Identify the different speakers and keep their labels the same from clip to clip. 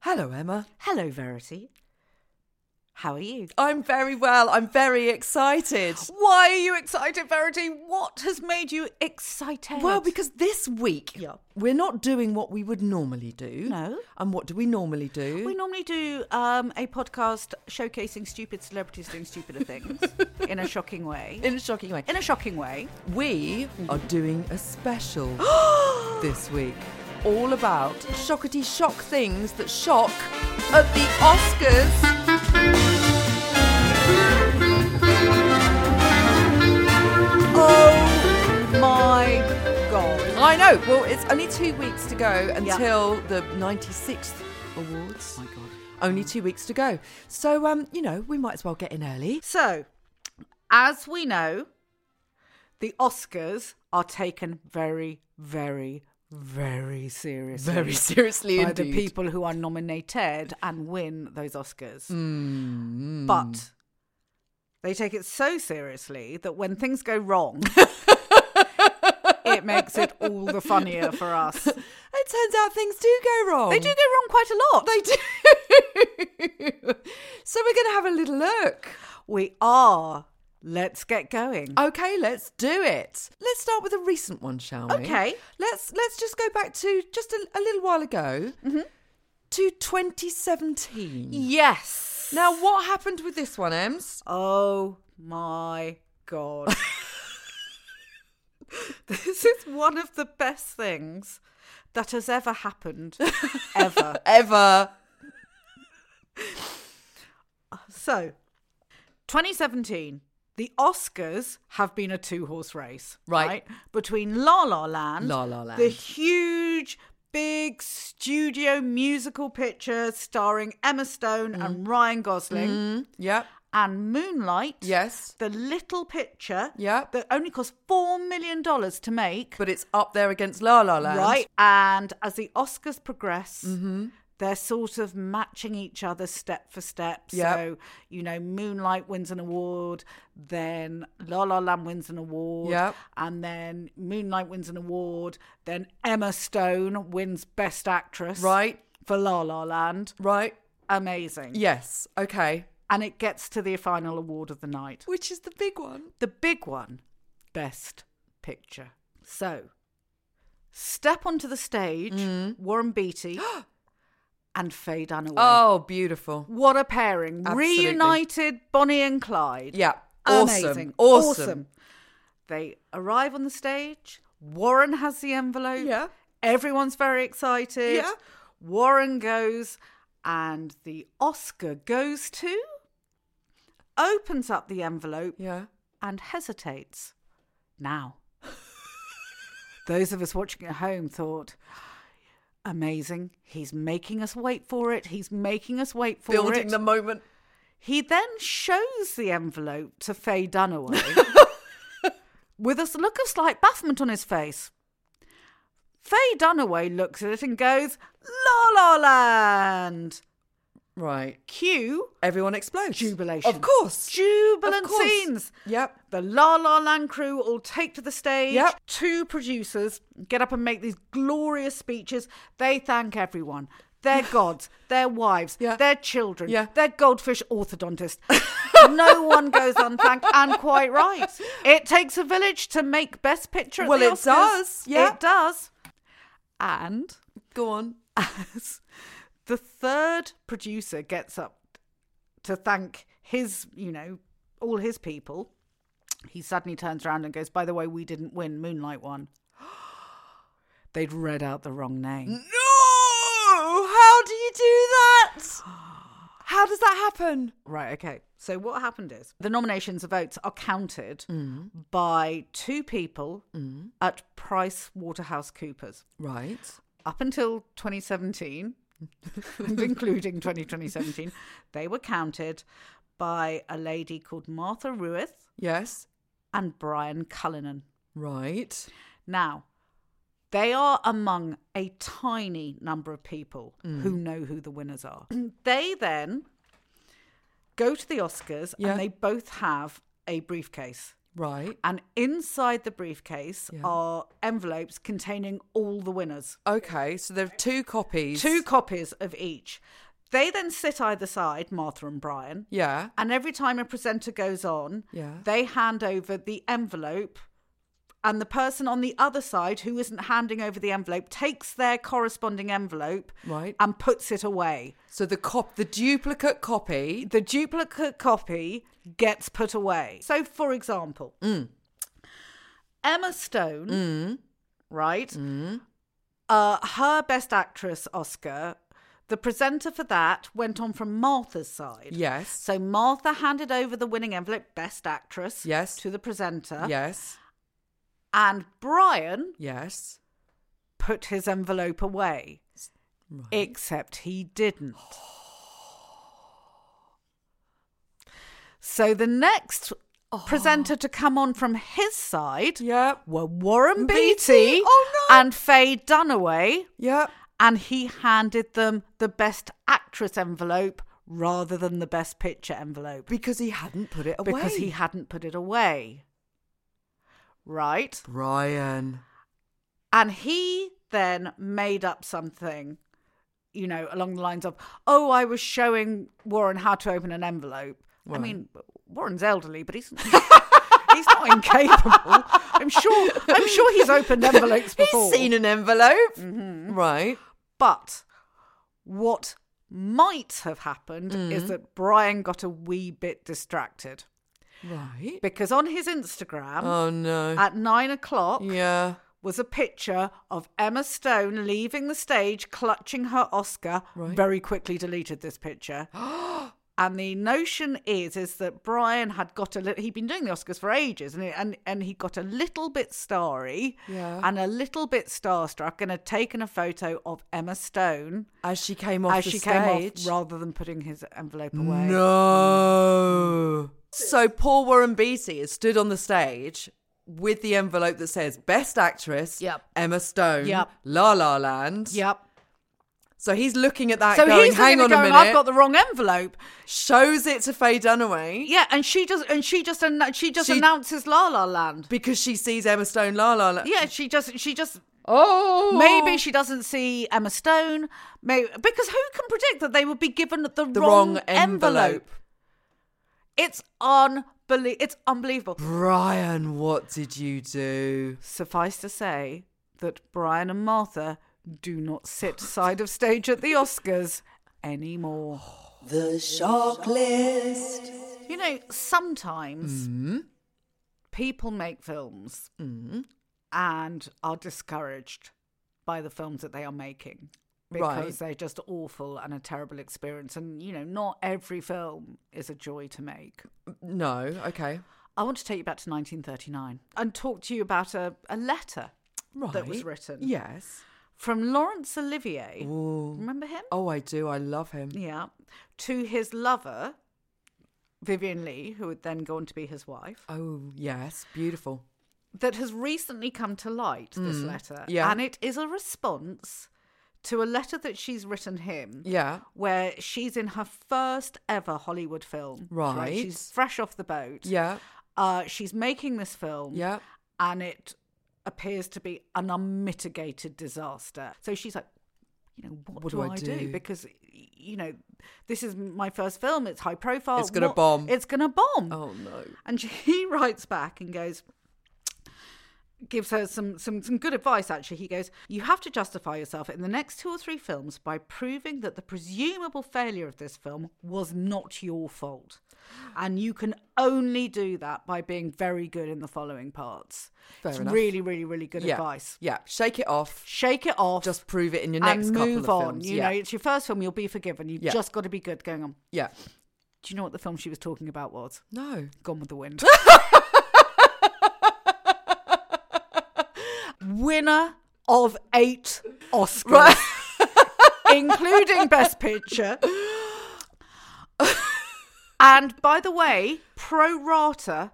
Speaker 1: Hello, Emma.
Speaker 2: Hello, Verity. How are you?
Speaker 1: I'm very well. I'm very excited.
Speaker 2: Why are you excited, Verity? What has made you excited?
Speaker 1: Well, because this week
Speaker 2: Oh Yeah.
Speaker 1: we're not doing what we would normally do.
Speaker 2: No.
Speaker 1: And what do we normally do?
Speaker 2: we normally do um, a podcast showcasing stupid celebrities doing stupider things in a shocking way.
Speaker 1: In a shocking way.
Speaker 2: In a shocking way.
Speaker 1: We are doing a special this week, all about shockety shock things that shock at the Oscars. Oh,
Speaker 2: My God.
Speaker 1: I know. Well, it's only two weeks to go
Speaker 2: Yeah.
Speaker 1: until
Speaker 2: Oh
Speaker 1: the 96th awards.
Speaker 2: My God.
Speaker 1: Only two weeks to go. So, um, you know, we might as well get in early.
Speaker 2: So, as we know, the Oscars are taken very, very, very seriously.
Speaker 1: Very seriously,
Speaker 2: by
Speaker 1: indeed.
Speaker 2: the people who are nominated and win those Oscars.
Speaker 1: Mm-hmm.
Speaker 2: But they take it so seriously that when things go wrong, it makes it all the funnier for us. They
Speaker 1: It turns out things do go wrong.
Speaker 2: do go wrong quite a lot.
Speaker 1: They do. so we're going to have a little look.
Speaker 2: We are. Let's get going.
Speaker 1: Okay, let's do it. Let's start with a recent one, shall we?
Speaker 2: Okay.
Speaker 1: Let's let's just go back to just a, a little while ago to 2017.
Speaker 2: Yes.
Speaker 1: Now, what happened with this one, Ems?
Speaker 2: Oh my god. this is one of the best things that has ever happened ever.
Speaker 1: Ever.
Speaker 2: So, 2017, the Oscars have been a two-horse race,
Speaker 1: Right.
Speaker 2: Between La La Land,
Speaker 1: La La Land.
Speaker 2: the huge big studio musical picture starring Emma Stone
Speaker 1: Mm.
Speaker 2: and Ryan Gosling,
Speaker 1: Mm-hmm. Yep.
Speaker 2: and Moonlight,
Speaker 1: Yes.
Speaker 2: the little picture
Speaker 1: Yep.
Speaker 2: that only cost four million dollars to make
Speaker 1: But it's up there against La La Land.
Speaker 2: right and as the oscars progress
Speaker 1: Mm-hmm.
Speaker 2: they're sort of matching each other step for step
Speaker 1: Yep.
Speaker 2: so you know moonlight wins an award then la la land wins an award
Speaker 1: Yep.
Speaker 2: and then moonlight wins an award then emma stone wins best actress
Speaker 1: Right.
Speaker 2: for la la land
Speaker 1: Right.
Speaker 2: amazing
Speaker 1: Yes. Okay.
Speaker 2: and it gets to the final award of the night
Speaker 1: Which is the big one?
Speaker 2: the big one best picture so step onto the stage
Speaker 1: Mm.
Speaker 2: warren beatty and faye dunaway
Speaker 1: Oh, beautiful.
Speaker 2: what a pairing
Speaker 1: Absolutely.
Speaker 2: reunited bonnie and clyde
Speaker 1: Yeah. Awesome.
Speaker 2: amazing
Speaker 1: Awesome.
Speaker 2: they arrive on the stage warren has the envelope
Speaker 1: Yeah.
Speaker 2: everyone's very excited
Speaker 1: Yeah.
Speaker 2: warren goes and the oscar goes to opens up the envelope
Speaker 1: Yeah.
Speaker 2: and hesitates. Now, those of us watching at home thought, amazing. He's making us wait for it. He's making us wait for
Speaker 1: Building
Speaker 2: it.
Speaker 1: the moment.
Speaker 2: He then shows the envelope to Faye Dunaway with a look of slight bafflement on his face. Faye Dunaway looks at it and goes, La La Land!
Speaker 1: Right.
Speaker 2: Cue
Speaker 1: Everyone explodes.
Speaker 2: Jubilation.
Speaker 1: Of course.
Speaker 2: jubilant
Speaker 1: Of course.
Speaker 2: scenes.
Speaker 1: Yep.
Speaker 2: The La La Land crew all take to the stage.
Speaker 1: Yep.
Speaker 2: Two producers get up and make these glorious speeches. They thank everyone. Their gods, their wives,
Speaker 1: Yeah.
Speaker 2: their children,
Speaker 1: Yeah.
Speaker 2: their goldfish orthodontist. no one goes unthanked, and quite right. It takes a village to make Best Picture. At
Speaker 1: Well,
Speaker 2: the
Speaker 1: it
Speaker 2: Oscars.
Speaker 1: does. Yeah.
Speaker 2: It does. And
Speaker 1: Go on.
Speaker 2: as the third producer gets up to thank his, you know, all his people, he suddenly turns around and goes, By the way, we didn't win, Moonlight won. They'd read out the wrong
Speaker 1: Mm.
Speaker 2: name.
Speaker 1: No! How do you do that? How does that happen?
Speaker 2: Right, okay. So what happened is the nominations of votes are counted by two people at Price Waterhouse Coopers.
Speaker 1: Right.
Speaker 2: up until 2017, and including 2017, they were counted by a lady called Martha Ruith
Speaker 1: Yes.
Speaker 2: and Brian Cullinan.
Speaker 1: Right.
Speaker 2: Now, they are among a tiny number of people
Speaker 1: Mm.
Speaker 2: who know who the winners are. They then go to the Oscars
Speaker 1: Yeah.
Speaker 2: and they both have a briefcase.
Speaker 1: Right.
Speaker 2: And inside the briefcase
Speaker 1: Yeah.
Speaker 2: are envelopes containing all the winners.
Speaker 1: Okay. So there are two copies.
Speaker 2: Two copies of each. They then sit either side, Martha and Brian,
Speaker 1: Yeah.
Speaker 2: and every time a presenter goes on,
Speaker 1: Yeah.
Speaker 2: they hand over the envelope. And the person on the other side who isn't handing over the envelope takes their corresponding envelope
Speaker 1: Right.
Speaker 2: and puts it away.
Speaker 1: So the cop, the duplicate copy.
Speaker 2: The duplicate copy gets put away. So, for example, Emma Stone, right? Uh, her Best Actress Oscar, the presenter for that went on from Martha's side.
Speaker 1: Yes.
Speaker 2: So Martha handed over the winning envelope, Best Actress,
Speaker 1: Yes.
Speaker 2: to the presenter.
Speaker 1: Yes.
Speaker 2: And Brian
Speaker 1: Yes.
Speaker 2: put his envelope away, except he didn't. So the next
Speaker 1: Oh.
Speaker 2: presenter to come on from his side
Speaker 1: Yep.
Speaker 2: were Warren Beatty,
Speaker 1: Beatty? Oh, no.
Speaker 2: and Faye Dunaway,
Speaker 1: Yep.
Speaker 2: and he handed them the Best Actress envelope rather than the Best Picture envelope.
Speaker 1: Because he hadn't put it away.
Speaker 2: because he hadn't put it away. Right?
Speaker 1: Brian.
Speaker 2: And he then made up something, you know, along the lines of, oh, I was showing Warren how to open an envelope.
Speaker 1: Right.
Speaker 2: I mean, Warren's elderly, but he's. He's not incapable. I'm sure. I'm sure he's opened envelopes before.
Speaker 1: He's seen an envelope. Right.
Speaker 2: But what might have happened
Speaker 1: Mm.
Speaker 2: is that Brian got a wee bit distracted
Speaker 1: Right.
Speaker 2: because on his Instagram
Speaker 1: Oh no.
Speaker 2: at nine o'clock,
Speaker 1: yeah.
Speaker 2: was a picture of Emma Stone leaving the stage clutching her Oscar.
Speaker 1: Right.
Speaker 2: Very quickly deleted this picture. and the notion is is that Brian had got a little he'd been doing the Oscars for ages and and and he got a little bit starry
Speaker 1: Yeah.
Speaker 2: and a little bit starstruck and had taken a photo of Emma Stone
Speaker 1: As she came off
Speaker 2: as
Speaker 1: the
Speaker 2: she
Speaker 1: stage.
Speaker 2: came off rather than putting his envelope away.
Speaker 1: No. So poor Warren Beatty has stood on the stage with the envelope that says Best Actress,
Speaker 2: Yep.
Speaker 1: Emma Stone,
Speaker 2: Yep.
Speaker 1: La La Land.
Speaker 2: Yep.
Speaker 1: So he's looking at that
Speaker 2: So
Speaker 1: going,
Speaker 2: he's
Speaker 1: hang
Speaker 2: looking
Speaker 1: on
Speaker 2: at going,
Speaker 1: a minute.
Speaker 2: I've got the wrong envelope.
Speaker 1: Shows it to Faye Dunaway
Speaker 2: Yeah, and she just and she just anno- she just
Speaker 1: She-
Speaker 2: announces La La Land.
Speaker 1: because she sees Emma Stone, La La Land.
Speaker 2: Yeah, she just she just
Speaker 1: Oh.
Speaker 2: maybe she doesn't see Emma Stone. Maybe because who can predict that they would be given the,
Speaker 1: the
Speaker 2: wrong,
Speaker 1: wrong
Speaker 2: envelope.
Speaker 1: envelope.
Speaker 2: It's unbelie- it's unbelievable.
Speaker 1: Brian, what did you do?
Speaker 2: Suffice to say that Brian and Martha do not sit side of stage at the Oscars anymore.
Speaker 1: The shock list.
Speaker 2: You know, sometimes people make films and are discouraged by the films that they are making because
Speaker 1: Right.
Speaker 2: they're just awful and a terrible experience. And, you know, not every film is a joy to make.
Speaker 1: No, okay.
Speaker 2: I want to take you back to 1939 and talk to you about a, a letter
Speaker 1: Right.
Speaker 2: that was written
Speaker 1: Yes.
Speaker 2: from Laurence Olivier.
Speaker 1: Ooh.
Speaker 2: Remember him?
Speaker 1: Oh, I do. I love him.
Speaker 2: Yeah. To his lover, Vivian Lee, who would then go on to be his wife.
Speaker 1: Oh, yes. Beautiful.
Speaker 2: that has recently come to light, this letter.
Speaker 1: Mm. yeah.
Speaker 2: And it is a response to a letter that she's written him
Speaker 1: Yeah.
Speaker 2: where she's in her first ever Hollywood film.
Speaker 1: Right.
Speaker 2: She's fresh off the boat.
Speaker 1: Yeah.
Speaker 2: Uh, she's making this film.
Speaker 1: Yeah.
Speaker 2: And it appears to be an unmitigated disaster. So she's like, you know, what, do, I do?
Speaker 1: do?
Speaker 2: Because, y- you know, this is my first film. It's high profile.
Speaker 1: It's gonna
Speaker 2: What-
Speaker 1: bomb.
Speaker 2: It's going to bomb.
Speaker 1: Oh, no.
Speaker 2: And she, he writes back and goes, gives her some, some, some good advice, actually. He goes, You have to justify yourself in the next two or three films by proving that the presumable failure of this film was not your fault. And you can only do that by being very good in the following parts.
Speaker 1: Fair
Speaker 2: it's
Speaker 1: enough.
Speaker 2: really, really, really good
Speaker 1: Yeah.
Speaker 2: advice.
Speaker 1: Yeah. Shake it off.
Speaker 2: Shake it off
Speaker 1: Just prove it in your next
Speaker 2: and
Speaker 1: couple
Speaker 2: move
Speaker 1: of
Speaker 2: on.
Speaker 1: films.
Speaker 2: You
Speaker 1: yeah.
Speaker 2: know, it's your first film, you'll be forgiven. You've
Speaker 1: Yeah.
Speaker 2: just got to be good going on.
Speaker 1: yeah.
Speaker 2: Do you know what the film she was talking about was?
Speaker 1: No.
Speaker 2: Gone with the Wind. Winner of eight Oscars, including Best Picture. and by the way, Pro Rata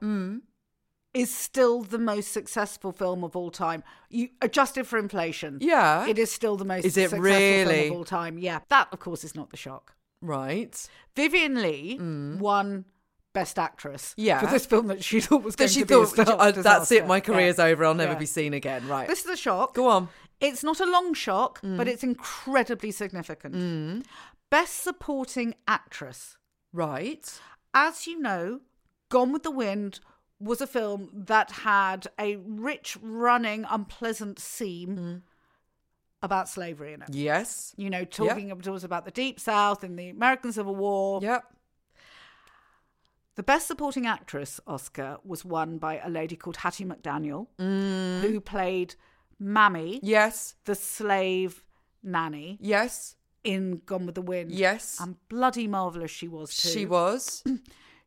Speaker 2: is still the most successful film of all time. You adjusted for inflation.
Speaker 1: Yeah.
Speaker 2: It is still the most
Speaker 1: Is it
Speaker 2: successful
Speaker 1: really?
Speaker 2: film of all time. Yeah. That of course is not the shock.
Speaker 1: Right.
Speaker 2: Vivian Lee won Best Actress
Speaker 1: Mm. Yeah.
Speaker 2: for this film that she thought was
Speaker 1: That
Speaker 2: going
Speaker 1: she
Speaker 2: to
Speaker 1: thought,
Speaker 2: be a stark
Speaker 1: "Oh, that's
Speaker 2: disaster."
Speaker 1: it, my career's
Speaker 2: Yeah.
Speaker 1: over, I'll never
Speaker 2: Yeah.
Speaker 1: be seen again. Right.
Speaker 2: This is a shock.
Speaker 1: Go on. Mm.
Speaker 2: It's not a long shock, but it's incredibly significant. Best Supporting Actress.
Speaker 1: Right.
Speaker 2: As you know, Gone with the Wind was a film that had a rich, running, unpleasant seam
Speaker 1: Mm.
Speaker 2: about slavery in it.
Speaker 1: Yes.
Speaker 2: You know, talking to us about the Deep South and the American Civil War.
Speaker 1: Yep.
Speaker 2: The Best Supporting Actress Oscar was won by a lady called Hattie McDaniel,
Speaker 1: Mm.
Speaker 2: who played Mammy,
Speaker 1: Yes.
Speaker 2: the slave nanny
Speaker 1: Yes.
Speaker 2: in Gone with the Wind.
Speaker 1: Yes.
Speaker 2: And bloody marvellous she was too.
Speaker 1: she was.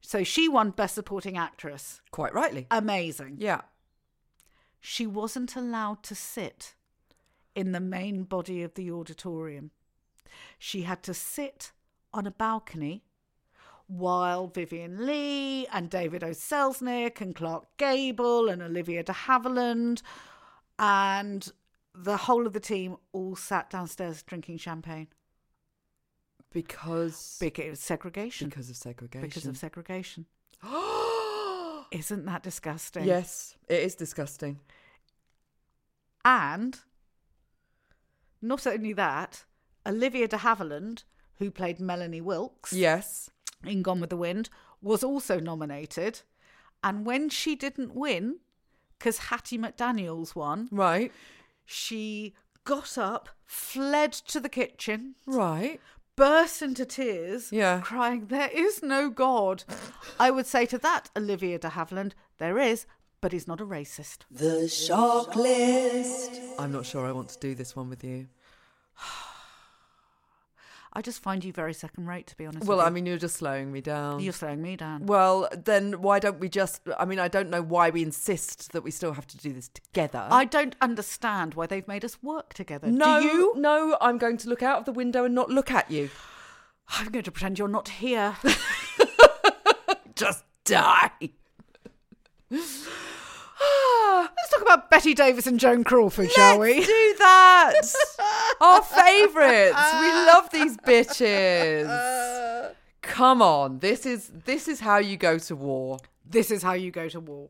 Speaker 2: So she won Best Supporting Actress.
Speaker 1: Quite rightly.
Speaker 2: Amazing.
Speaker 1: Yeah.
Speaker 2: She wasn't allowed to sit in the main body of the auditorium. She had to sit on a balcony while Vivian Lee and David O. Selznick and Clark Gable and Olivia de Havilland and the whole of the team all sat downstairs drinking champagne
Speaker 1: Because
Speaker 2: because of segregation.
Speaker 1: because of segregation.
Speaker 2: Because of segregation. Isn't that disgusting?
Speaker 1: yes, it is disgusting.
Speaker 2: And not only that, Olivia de Havilland, who played Melanie Wilkes
Speaker 1: Yes.
Speaker 2: in Gone with the Wind, was also nominated. And when she didn't win, because Hattie McDaniels won,
Speaker 1: Right.
Speaker 2: she got up, fled to the kitchen,
Speaker 1: Right.
Speaker 2: burst into tears,
Speaker 1: Yeah.
Speaker 2: crying, There is no God. I would say to that, Olivia de Havilland, there is, but he's not a racist.
Speaker 1: I'm not sure I want to do this one with you.
Speaker 2: I just find you very second rate, to be honest.
Speaker 1: Well,
Speaker 2: with
Speaker 1: I
Speaker 2: you.
Speaker 1: mean, you're just slowing me down.
Speaker 2: you're slowing me down.
Speaker 1: Well, then why don't we just? I mean, I don't know why we insist that we still have to do this together.
Speaker 2: I don't understand why they've made us work together.
Speaker 1: no,
Speaker 2: Do you?
Speaker 1: no, I'm going to look out of the window and not look at you.
Speaker 2: I'm going to pretend you're not here.
Speaker 1: Just die.
Speaker 2: Let's talk about Betty Davis and Joan Crawford, shall we?
Speaker 1: do that. Our favourites. We love these bitches. Come on, this is this is how you go to war.
Speaker 2: This is how you go to war.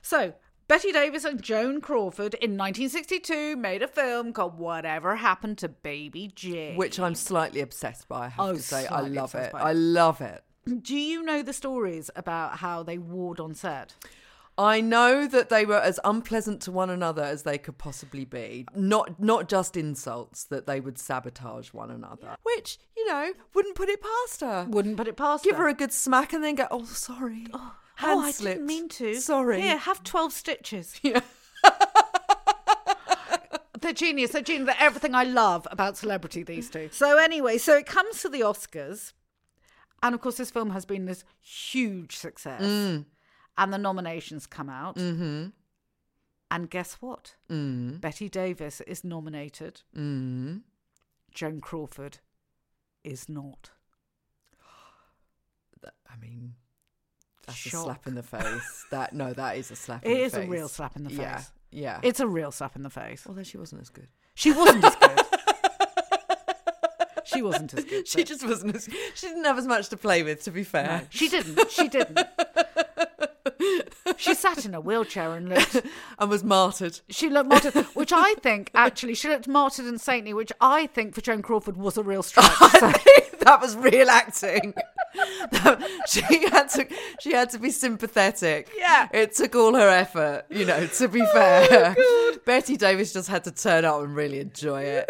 Speaker 2: So, Betty Davis and Joan Crawford in 1962 made a film called Whatever Happened to Baby Jane.
Speaker 1: Which I'm slightly obsessed by, I have
Speaker 2: Oh,
Speaker 1: to say. I
Speaker 2: slightly
Speaker 1: love
Speaker 2: obsessed
Speaker 1: it.
Speaker 2: by it.
Speaker 1: I love it.
Speaker 2: Do you know the stories about how they warred on set?
Speaker 1: I know that they were as unpleasant to one another as they could possibly be. Not not just insults that they would sabotage one another. Which, you know, wouldn't put it past her.
Speaker 2: Wouldn't put it past
Speaker 1: Give
Speaker 2: them.
Speaker 1: her a good smack and then go, "Oh, sorry." Hand
Speaker 2: oh, I
Speaker 1: slipped.
Speaker 2: didn't mean to.
Speaker 1: Sorry.
Speaker 2: Here, have 12 stitches. Yeah. they're genius. They're genius. They're everything I love about celebrity, these two. So, anyway, so it comes to the Oscars. And of course, this film has been this huge success. And the nominations come out. And guess what?
Speaker 1: Mm.
Speaker 2: Betty Davis is nominated.
Speaker 1: Mm-hmm.
Speaker 2: Joan Crawford is not.
Speaker 1: I mean, that's a
Speaker 2: Shock.
Speaker 1: slap in the face. That no, that is a slap. in
Speaker 2: It
Speaker 1: the
Speaker 2: is a
Speaker 1: face.
Speaker 2: real slap in the face.
Speaker 1: Yeah, yeah.
Speaker 2: It's a real slap in the face.
Speaker 1: Although she wasn't as good.
Speaker 2: She wasn't as good. she wasn't as good.
Speaker 1: She
Speaker 2: but-
Speaker 1: just wasn't. As, she didn't have as much to play with. To be fair,
Speaker 2: she didn't. She didn't. she sat in a wheelchair and looked.
Speaker 1: and was martyred.
Speaker 2: She looked martyred, which I think actually she looked martyred and saintly, which I think for Joan Crawford was a real strike. So-
Speaker 1: that was real acting. That- she had to. She had to be sympathetic.
Speaker 2: Yeah.
Speaker 1: it took all her effort. You know. To be fair, Betty Davis just had to turn up and really enjoy it.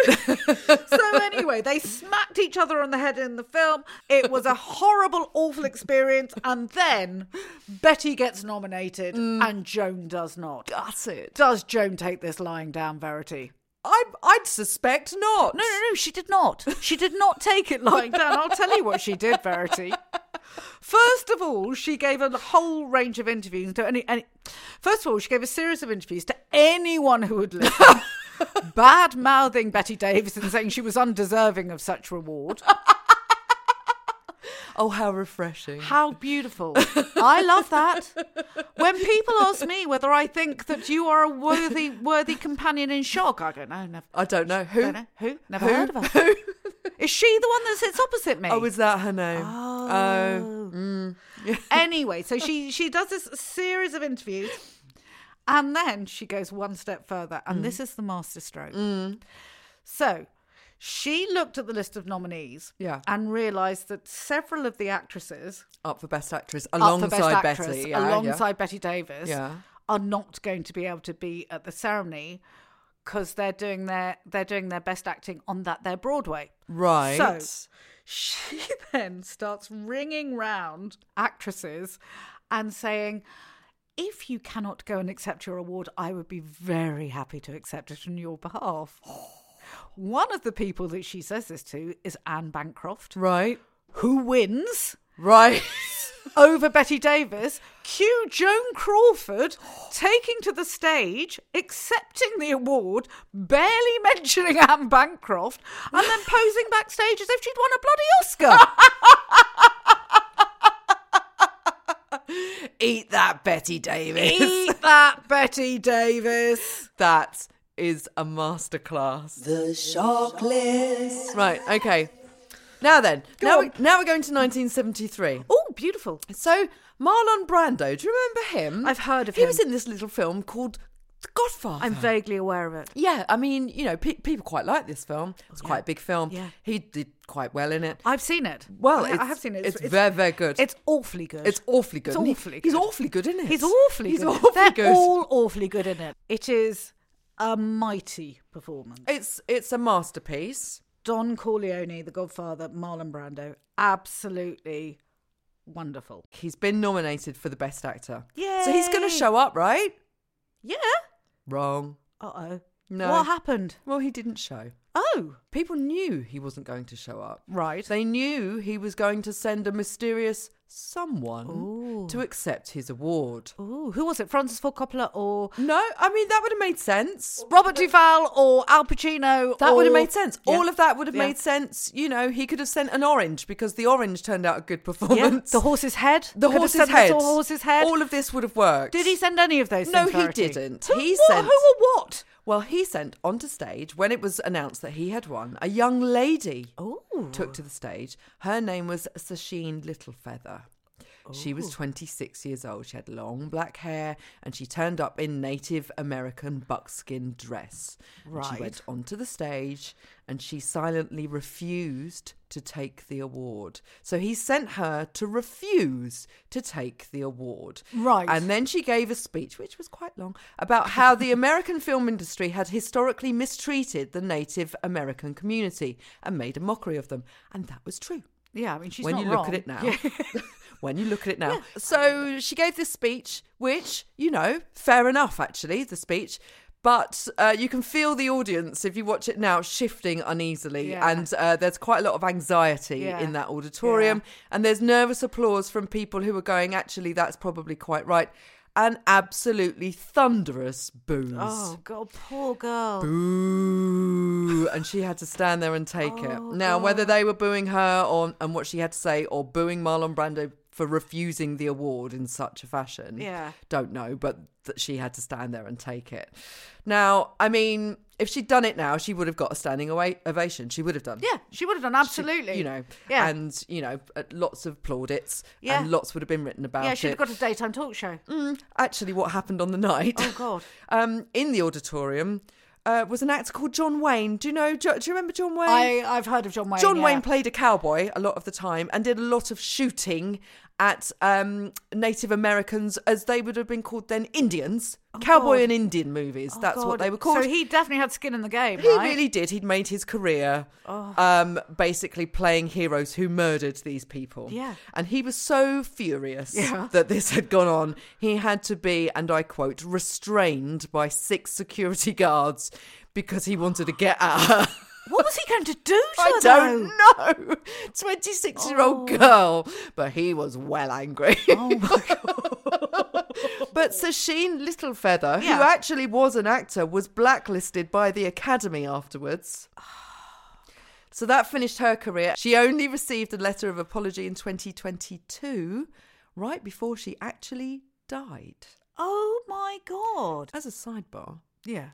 Speaker 2: so anyway, they smacked each other on the head in the film. It was a horrible, awful experience. And then Betty gets nominated and Joan does not.
Speaker 1: Got it.
Speaker 2: Does Joan take this lying down verity?
Speaker 1: I, I'd suspect not.
Speaker 2: No, no, no, she did not. She did not take it lying down. I'll tell you what she did, Verity. First of all, she gave a whole range of interviews to any, any. First of all, she gave a series of interviews to anyone who would listen, bad mouthing Betty Davis and saying she was undeserving of such reward.
Speaker 1: Oh, how refreshing.
Speaker 2: How beautiful. I love that. When people ask me whether I think that you are a worthy worthy companion in shock, I go, no, never.
Speaker 1: I don't know. Who?
Speaker 2: Don't know. Who? Never heard of her. Is she the one that sits opposite me?
Speaker 1: Oh, is that her name?
Speaker 2: Oh. anyway, so she she does this series of interviews, and then she goes one step further, and this
Speaker 1: Mm.
Speaker 2: is the masterstroke. So she looked at the list of nominees,
Speaker 1: Yeah.
Speaker 2: and realised that several of the actresses
Speaker 1: Up for Best Actress
Speaker 2: up for
Speaker 1: alongside
Speaker 2: Best Actress,
Speaker 1: Betty. Yeah, yeah.
Speaker 2: alongside Betty Davis,
Speaker 1: Yeah.
Speaker 2: are not going to be able to be at the ceremony because they're doing their they're doing their best acting on that their Broadway.
Speaker 1: Right.
Speaker 2: So she then starts ringing round actresses and saying, if you cannot go and accept your award, I would be very happy to accept it on your behalf. One of the people that she says this to is Anne Bancroft,
Speaker 1: Right.
Speaker 2: who wins
Speaker 1: Right.
Speaker 2: over Betty Davis. Cue Joan Crawford taking to the stage, accepting the award, barely mentioning Anne Bancroft, and then posing backstage as if she'd won a bloody Oscar.
Speaker 1: Eat that, Betty Davis.
Speaker 2: Eat that, Betty Davis.
Speaker 1: That is a masterclass. The shock list. Right. Okay. Now then, now, we,
Speaker 2: on.
Speaker 1: now we're going to 1973.
Speaker 2: Oh, beautiful.
Speaker 1: So Marlon Brando, do you remember him?
Speaker 2: I've heard of
Speaker 1: he
Speaker 2: him.
Speaker 1: was in this little film called The Godfather.
Speaker 2: I'm vaguely aware of it.
Speaker 1: yeah, I mean, you know, pe- people quite like this film. It's quite a big film.
Speaker 2: Yeah.
Speaker 1: He did quite well in it.
Speaker 2: I've seen it.
Speaker 1: Well,
Speaker 2: I, I
Speaker 1: it's-
Speaker 2: have seen it.
Speaker 1: It's, very, very good.
Speaker 2: It's awfully good.
Speaker 1: It's awfully good.
Speaker 2: It's
Speaker 1: And he-
Speaker 2: awfully
Speaker 1: He's
Speaker 2: good.
Speaker 1: awfully good in it.
Speaker 2: He's awfully
Speaker 1: He's
Speaker 2: good.
Speaker 1: awfully
Speaker 2: They're
Speaker 1: good.
Speaker 2: all awfully good in it. It is a mighty performance.
Speaker 1: It's it's a masterpiece.
Speaker 2: Don Corleone, The Godfather, Marlon Brando, absolutely wonderful.
Speaker 1: He's been nominated for the best actor. So he's going to
Speaker 2: Yay.
Speaker 1: show up, right?
Speaker 2: Yeah.
Speaker 1: Wrong.
Speaker 2: Uh oh.
Speaker 1: No.
Speaker 2: What happened?
Speaker 1: Well, he didn't show.
Speaker 2: Oh,
Speaker 1: People knew he wasn't going to show up.
Speaker 2: right.
Speaker 1: They knew he was going to send a mysterious someone to accept his award.
Speaker 2: Ooh, who was it? Francis Ford Coppola or
Speaker 1: No, I mean that would have made sense.
Speaker 2: Robert Duvall or Al Pacino?
Speaker 1: That would have
Speaker 2: or-
Speaker 1: made sense.
Speaker 2: Yeah.
Speaker 1: All of that would have
Speaker 2: Yeah.
Speaker 1: made sense. You know, he could have sent an orange because the orange turned out a good
Speaker 2: Yeah.
Speaker 1: performance.
Speaker 2: The horse's head.
Speaker 1: The
Speaker 2: Could have
Speaker 1: horse's
Speaker 2: sent us
Speaker 1: head.
Speaker 2: all horse's head.
Speaker 1: All of this would have worked.
Speaker 2: Did he send any of those?
Speaker 1: No,
Speaker 2: things,
Speaker 1: he
Speaker 2: Verity?
Speaker 1: didn't.
Speaker 2: Who,
Speaker 1: He
Speaker 2: what-
Speaker 1: sent-
Speaker 2: who or what?
Speaker 1: Well, he sent onto stage when it was announced that he had won. A young lady took to the stage. Her name was Sasheen Littlefeather. She was 26 years old. She had long black hair and she turned up in Native American buckskin dress. And
Speaker 2: Right.
Speaker 1: she went onto the stage and she silently refused to take the award. So he sent her to refuse to take the award.
Speaker 2: Right.
Speaker 1: And then she gave a speech, which was quite long, about how the American film industry had historically mistreated the Native American community and made a mockery of them. And that was true.
Speaker 2: Yeah, I mean she's
Speaker 1: when
Speaker 2: not
Speaker 1: you look
Speaker 2: wrong.
Speaker 1: at it now. when you look at it now. So she gave this speech, which, you know, fair enough, actually, the speech. But uh, you can feel the audience, if you watch it now, shifting uneasily.
Speaker 2: Yeah.
Speaker 1: And uh, there's quite a lot of anxiety
Speaker 2: Yeah.
Speaker 1: in that auditorium. And there's nervous applause from people who are going, actually, that's probably quite right. And absolutely thunderous boos.
Speaker 2: Oh God, poor girl.
Speaker 1: Boo! And she had to stand there and take
Speaker 2: Oh,
Speaker 1: it. Now, whether they were booing her or and what she had to say, or booing Marlon Brando for refusing the award in such a fashion,
Speaker 2: Yeah.
Speaker 1: don't know. But that she had to stand there and take it. Now, I mean, if she'd done it now, she would have got a standing ova- ovation. She would have done.
Speaker 2: Yeah, she would have done absolutely.
Speaker 1: You know,
Speaker 2: Yeah.
Speaker 1: and you know, uh, lots of plaudits,
Speaker 2: Yeah.
Speaker 1: and lots would have been written about
Speaker 2: yeah, she'd
Speaker 1: it.
Speaker 2: have got a daytime talk show.
Speaker 1: Actually, what happened on the night?
Speaker 2: Oh God.
Speaker 1: um, in the auditorium uh, was an actor called John Wayne. Do you know? Do, do you remember John Wayne?
Speaker 2: I, I've heard of John Wayne.
Speaker 1: John
Speaker 2: yeah.
Speaker 1: Wayne played a cowboy a lot of the time and did a lot of shooting at um, Native Americans, as they would have been called then Indians. cowboy
Speaker 2: Oh, God. Oh,
Speaker 1: and Indian movies. That's what
Speaker 2: God.
Speaker 1: they were called.
Speaker 2: So he definitely had skin in the game,
Speaker 1: He
Speaker 2: right? Oh.
Speaker 1: really did. He'd made his career um, basically playing heroes who murdered these people.
Speaker 2: Yeah.
Speaker 1: And he was so furious
Speaker 2: Yeah.
Speaker 1: that this had gone on. He had to be, and I quote, restrained by six security guards because he wanted to get at her.
Speaker 2: What was he going to do to
Speaker 1: I
Speaker 2: her?
Speaker 1: don't
Speaker 2: though?
Speaker 1: know. 26 year old girl. But he was well angry.
Speaker 2: Oh my God.
Speaker 1: But Sasheen Littlefeather,
Speaker 2: Yeah.
Speaker 1: who actually was an actor, was blacklisted by the Academy afterwards. So that finished her career. She only received a letter of apology in 2022, right before she actually died.
Speaker 3: Oh my god.
Speaker 1: As a sidebar,
Speaker 2: Yeah.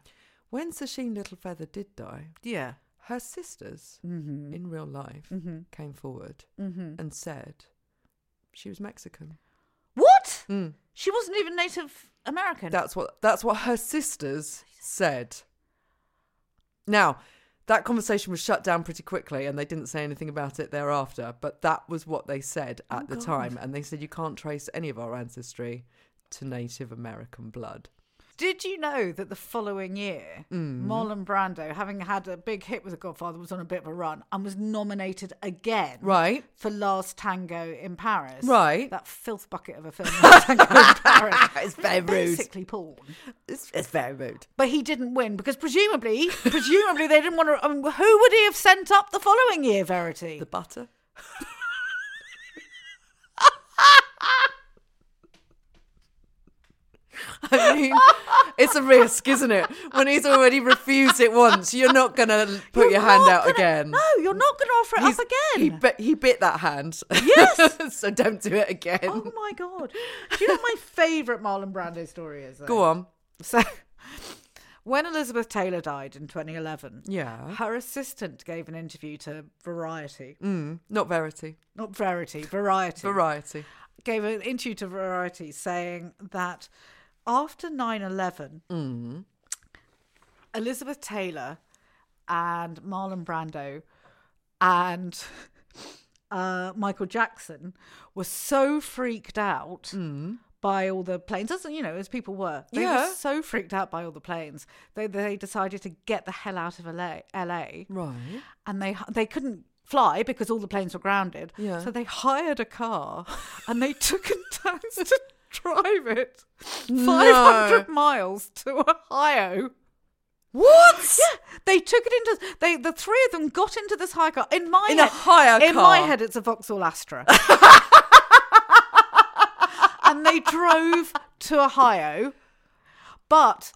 Speaker 1: when Sasheen Littlefeather did die,
Speaker 2: Yeah.
Speaker 1: her sisters
Speaker 2: Mm-hmm.
Speaker 1: in real life
Speaker 2: Mhm.
Speaker 1: came forward
Speaker 2: Mm-hmm.
Speaker 1: and said she was Mexican.
Speaker 2: What?
Speaker 1: Mm.
Speaker 2: She wasn't even Native American.
Speaker 1: That's what that's what her sisters said. Now, that conversation was shut down pretty quickly and they didn't say anything about it thereafter, but that was what they said at the time and they said you can't trace any of our ancestry to Native American blood.
Speaker 2: Did you know that the following year,
Speaker 1: Mm.
Speaker 2: Marlon Brando, having had a big hit with The Godfather, was on a bit of a run and was nominated again
Speaker 1: Right?
Speaker 2: for Last Tango in Paris?
Speaker 1: Right.
Speaker 2: That filth bucket of a film, Last Tango in Paris.
Speaker 1: It's very
Speaker 2: Basically porn.
Speaker 1: It's, it's very rude.
Speaker 2: But he didn't win because presumably, presumably they didn't want to. I mean, who would he have sent up the following year, Verity?
Speaker 1: The butter. I mean, it's a risk, isn't it? When he's already refused it once, you're not going to put
Speaker 2: You're
Speaker 1: your hand
Speaker 2: not
Speaker 1: out
Speaker 2: gonna-
Speaker 1: again.
Speaker 2: No, you're not going to offer it
Speaker 1: He's-
Speaker 2: up again.
Speaker 1: He, bit- he bit that hand.
Speaker 2: Yes.
Speaker 1: so don't do it again.
Speaker 2: Oh my god! Do you know what my favourite Marlon Brando story is? Though?
Speaker 1: Go on.
Speaker 2: So, when Elizabeth Taylor died in 2011,
Speaker 1: Yeah.
Speaker 2: her assistant gave an interview to Variety,
Speaker 1: Mm, not Verity.
Speaker 2: not Verity, Variety,
Speaker 1: Variety.
Speaker 2: gave an interview to Variety saying that after 9 11, Elizabeth Taylor and Marlon Brando and uh, Michael Jackson were so freaked out by all the planes, as you know, as people were. They
Speaker 1: Yeah.
Speaker 2: were so freaked out by all the planes, they, they decided to get the hell out of LA. LA
Speaker 1: Right.
Speaker 2: and they they couldn't fly because all the planes were grounded.
Speaker 1: Yeah.
Speaker 2: So they hired a car and they took it down to drive it 500 miles to Ohio.
Speaker 1: What?
Speaker 2: Yeah, they took it into they the three of them got into this hire car in my
Speaker 1: In a
Speaker 2: head,
Speaker 1: hire
Speaker 2: in my
Speaker 1: car?
Speaker 2: head it's a Vauxhall Astra. and they drove to Ohio. But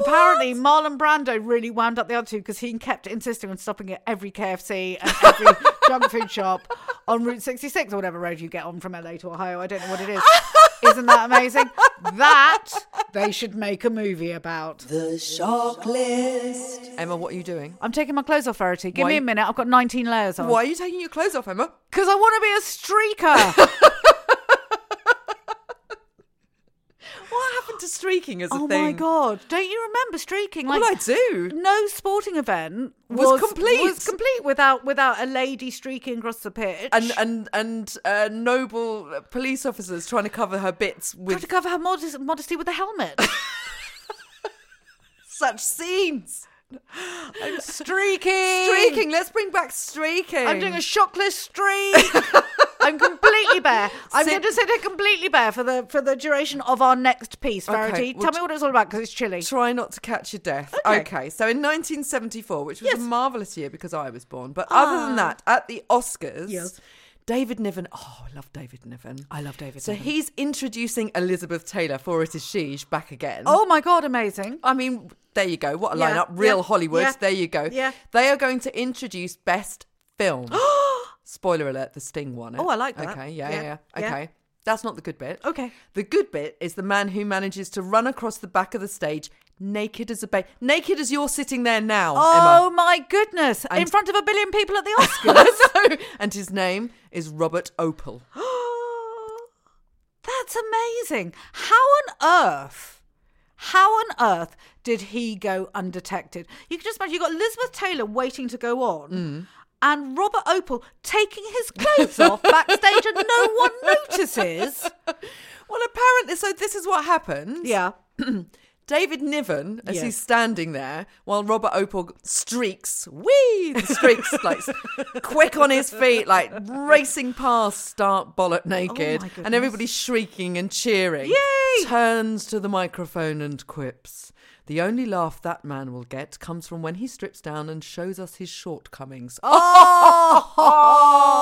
Speaker 2: apparently Marlon Brando really wound up the other two because he kept insisting on stopping at every KFC and every junk food shop on Route 66 or whatever road you get on from LA to Ohio. I don't know what it is. Isn't that amazing? That they should make a movie about.
Speaker 1: Emma, what are you doing?
Speaker 2: I'm taking my clothes off, Verity. Give
Speaker 1: Why-
Speaker 2: me a minute. I've got 19 layers on.
Speaker 1: Why are you taking your clothes off, Emma?
Speaker 2: Because I want to be a streaker.
Speaker 1: What happened to streaking as a
Speaker 2: oh
Speaker 1: thing?
Speaker 2: my god! Don't you remember streaking? Like
Speaker 1: Well, I do.
Speaker 2: no sporting event
Speaker 1: Was complete.
Speaker 2: Was complete without without a lady streaking across the pitch
Speaker 1: and and and uh, noble uh, police officers trying to cover her bits
Speaker 2: Trying to
Speaker 1: with
Speaker 2: cover her modest, modesty with a helmet.
Speaker 1: such scenes.
Speaker 2: streaking.
Speaker 1: Streaking. Let's bring back streaking.
Speaker 2: I'm doing a shockless streak. I'm completely bare. I'm
Speaker 1: Sit-
Speaker 2: going to sit here completely bare for the for the duration of our next piece,
Speaker 1: Okay,
Speaker 2: Verity.
Speaker 1: well,
Speaker 2: Tell me what it's all about because it's chilly.
Speaker 1: Try not to catch your death.
Speaker 2: Okay.
Speaker 1: Okay. so in 1974, which was a
Speaker 2: Yes.
Speaker 1: marvelous year because I was born, but other than that, at the Oscars,
Speaker 2: Yes.
Speaker 1: David Niven. Oh, I love David Niven.
Speaker 2: I love David.
Speaker 1: So he's introducing Elizabeth Taylor for it is she back again.
Speaker 2: oh my god, amazing.
Speaker 1: I mean, there you go. What a
Speaker 2: Yeah,
Speaker 1: lineup. Real
Speaker 2: yeah,
Speaker 1: Hollywood.
Speaker 2: yeah,
Speaker 1: There you go.
Speaker 2: yeah.
Speaker 1: They are going to introduce best film. Spoiler alert, the Sting won it.
Speaker 2: Oh, I like that.
Speaker 1: Okay, yeah,
Speaker 2: Yeah,
Speaker 1: yeah, yeah.
Speaker 2: yeah.
Speaker 1: Okay. That's not the good bit.
Speaker 2: Okay.
Speaker 1: The good bit is the man who manages to run across the back of the stage naked as a baby. Naked as you're sitting there now,
Speaker 2: Oh
Speaker 1: Emma.
Speaker 2: my goodness! in
Speaker 1: And-
Speaker 2: front of a billion people at the Oscars.
Speaker 1: So- and his name is Robert Opel.
Speaker 2: That's amazing. How on earth? How on earth did he go undetected? You can just imagine you got Elizabeth Taylor waiting to go on. And Robert Opel taking his clothes off backstage and no one notices.
Speaker 1: Well, apparently, so this is what happens.
Speaker 2: Yeah.
Speaker 1: David Niven, as
Speaker 2: Yes.
Speaker 1: he's standing there, while Robert Opal streaks, wee, the streaks, like quick on his feet, like racing past stark bollock naked,
Speaker 2: Oh my
Speaker 1: and everybody's shrieking and cheering.
Speaker 2: Yay!
Speaker 1: Turns to the microphone and quips. The only laugh that man will get comes from when he strips down and shows us his shortcomings.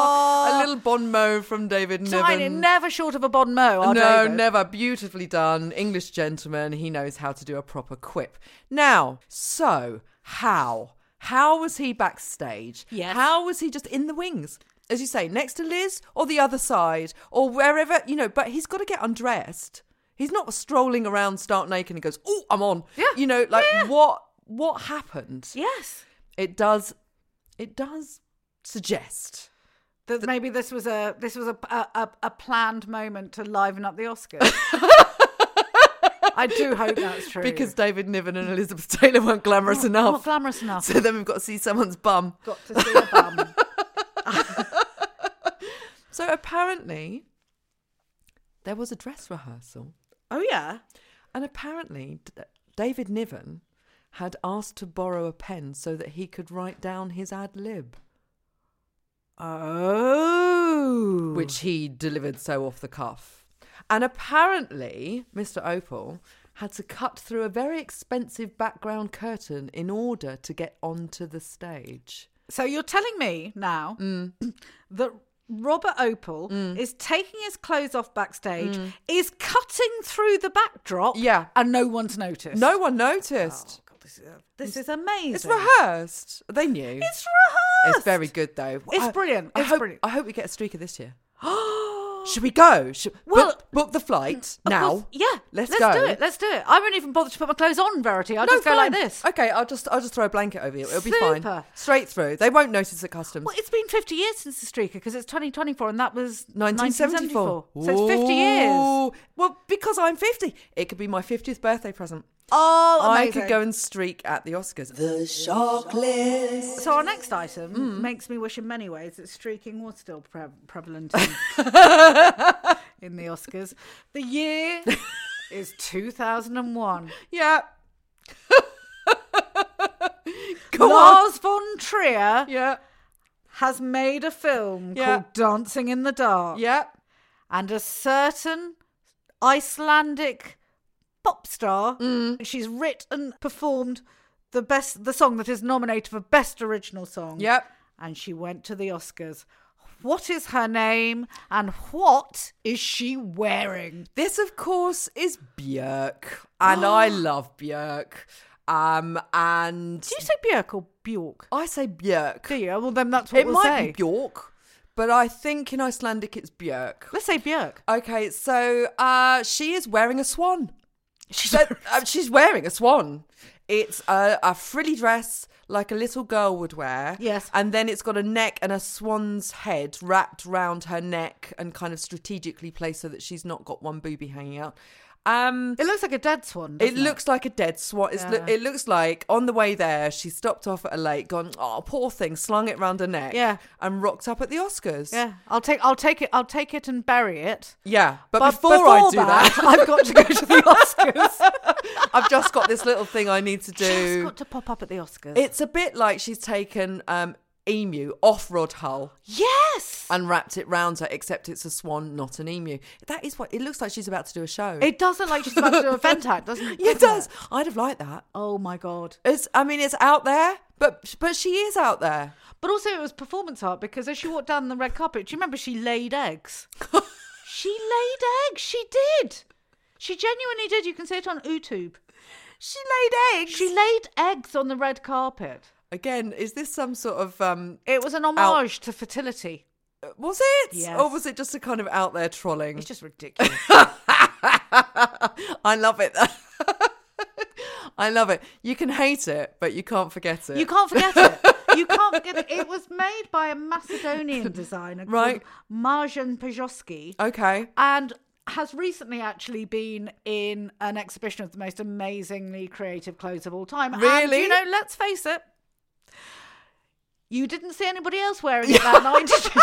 Speaker 1: Oh, a little bon mot from David
Speaker 2: Tiny,
Speaker 1: Niven.
Speaker 2: never short of a bon mot, are
Speaker 1: No,
Speaker 2: David?
Speaker 1: never. Beautifully done. English gentleman. He knows how to do a proper quip. Now, so how? How was he backstage?
Speaker 3: Yes.
Speaker 1: How was he just in the wings? As you say, next to Liz or the other side or wherever, you know, but he's got to get undressed. He's not strolling around stark naked and he goes, Oh, I'm on.
Speaker 2: Yeah.
Speaker 1: You know, like what what happened?
Speaker 3: Yes.
Speaker 1: It does it does suggest.
Speaker 2: That maybe this was a this was a a, a, a planned moment to liven up the Oscars. I do hope that's true Oh,
Speaker 1: Because David Niven and Elizabeth Taylor weren't glamorous
Speaker 2: Not-
Speaker 1: enough.
Speaker 2: not glamorous enough.
Speaker 1: So then we've got to see someone's bum.
Speaker 2: Got to see a bum.
Speaker 1: So apparently, there was a dress rehearsal,
Speaker 3: Oh yeah.
Speaker 1: and apparently, D- David Niven had asked to borrow a pen so that he could write down his ad lib,
Speaker 2: Oh,
Speaker 1: which he delivered so off the cuff. And apparently, Mr. Opal had to cut through a very expensive background curtain in order to get onto the stage.
Speaker 2: So you're telling me now
Speaker 1: Mm.
Speaker 2: that Robert Opal is taking his clothes off backstage, is cutting through the backdrop,
Speaker 1: Mm. Yeah.
Speaker 2: and no one's noticed. Oh,
Speaker 1: No one noticed.
Speaker 2: God, this is, uh, this is amazing.
Speaker 1: it's rehearsed. They knew.
Speaker 2: It's rehearsed.
Speaker 1: It's very good though.
Speaker 2: It's
Speaker 1: I-
Speaker 2: brilliant.
Speaker 1: I
Speaker 2: It's
Speaker 1: hope,
Speaker 2: brilliant.
Speaker 1: I hope we get a streaker this year. Should we go? Should,
Speaker 2: Well-
Speaker 1: book, book the flight
Speaker 2: Of
Speaker 1: now.
Speaker 2: course, yeah.
Speaker 1: let's,
Speaker 2: let's
Speaker 1: go.
Speaker 2: do it. Let's do it. I won't even bother to put my clothes on, Verity. I'll just go
Speaker 1: fine.
Speaker 2: like this.
Speaker 1: Okay, I'll just I'll just throw a blanket over you. It'll be fine.
Speaker 2: Super.
Speaker 1: Straight through. They won't notice at customs.
Speaker 2: Well, it's been 50 years since the streaker because it's 2024 and that was
Speaker 1: 1974.
Speaker 2: 1974. So it's 50 years.
Speaker 1: Ooh. Well, because I'm 50, it could be my 50th birthday present.
Speaker 2: Oh,
Speaker 1: I could go and streak at the Oscars.
Speaker 2: So our next item
Speaker 1: Mm.
Speaker 2: makes me wish in many ways that streaking was still pre- prevalent in, in the Oscars. The year is 2001.
Speaker 1: yeah. Go on.
Speaker 2: Lars von Trier
Speaker 1: Yeah.
Speaker 2: has made a film
Speaker 1: Yeah.
Speaker 2: called Dancing in the Dark,
Speaker 1: Yeah.
Speaker 2: and a certain Icelandic pop star,
Speaker 1: Mm.
Speaker 2: she's writ and performed the best the song that is nominated for best original song.
Speaker 1: Yep.
Speaker 2: and she went to the Oscars. What is her name and what is she wearing?
Speaker 1: This, of course, is Björk, and I love Björk. Um, and
Speaker 2: Do you say Björk or Bjork?
Speaker 1: I say Björk.
Speaker 2: Do you? Well, then that's what
Speaker 1: It
Speaker 2: we'll
Speaker 1: might
Speaker 2: say.
Speaker 1: be Björk, but I think in Icelandic it's Björk.
Speaker 2: Let's say Björk.
Speaker 1: Okay, so uh, she is wearing a swan. She's, uh, she's wearing a swan. It's a, a frilly dress like a little girl would wear.
Speaker 2: Yes.
Speaker 1: And then it's got a neck and a swan's head wrapped round her neck and kind of strategically placed so that she's not got one booby hanging out. Um,
Speaker 2: It looks like a dead swan.
Speaker 1: It
Speaker 2: doesn't
Speaker 1: looks like a dead swan. It's loo-
Speaker 2: Yeah.
Speaker 1: it looks like on the way there, she stopped off at a lake, gone, oh, poor thing, slung it round her neck,
Speaker 2: Yeah.
Speaker 1: and rocked up at the Oscars.
Speaker 2: Yeah, I'll take, I'll take it, I'll take it and bury it.
Speaker 1: Yeah. But,
Speaker 2: But
Speaker 1: before, I do
Speaker 2: that,
Speaker 1: that,
Speaker 2: I've got to go to the Oscars.
Speaker 1: I've just got this little thing I need to
Speaker 2: Just
Speaker 1: do.
Speaker 2: got to pop up at the Oscars.
Speaker 1: It's a bit like she's taken um, Emu off Rod Hull
Speaker 2: yes,
Speaker 1: and wrapped it round her, except it's a swan, not an emu. That is what it looks like she's about to do a show.
Speaker 2: it does look like she's about to do a vent act, doesn't it?
Speaker 1: Yeah, it
Speaker 2: doesn't
Speaker 1: does. I'd have liked that.
Speaker 2: Oh my god!
Speaker 1: It's, I mean, it's out there, but but she is out there.
Speaker 2: But also, it was performance art because as she walked down the red carpet, do you remember she laid eggs? she laid eggs. She did. She genuinely did. You can see it on YouTube.
Speaker 1: She laid eggs.
Speaker 2: She laid eggs on the red carpet.
Speaker 1: Again, is this some sort of um
Speaker 2: It was an homage to fertility.
Speaker 1: was it?
Speaker 2: Yes.
Speaker 1: Or was it just a kind of out there trolling?
Speaker 2: It's just ridiculous.
Speaker 1: I love it. I love it. You can hate it, but you can't forget it.
Speaker 2: you can't forget it. You can't forget it. It was made by a Macedonian designer
Speaker 1: Right.
Speaker 2: called Marjan Pajoski.
Speaker 1: Okay.
Speaker 2: and has recently actually been in an exhibition of the most amazingly creative clothes of all time. And,
Speaker 1: Really?
Speaker 2: you know, let's face it, you didn't see anybody else wearing it that night, did you?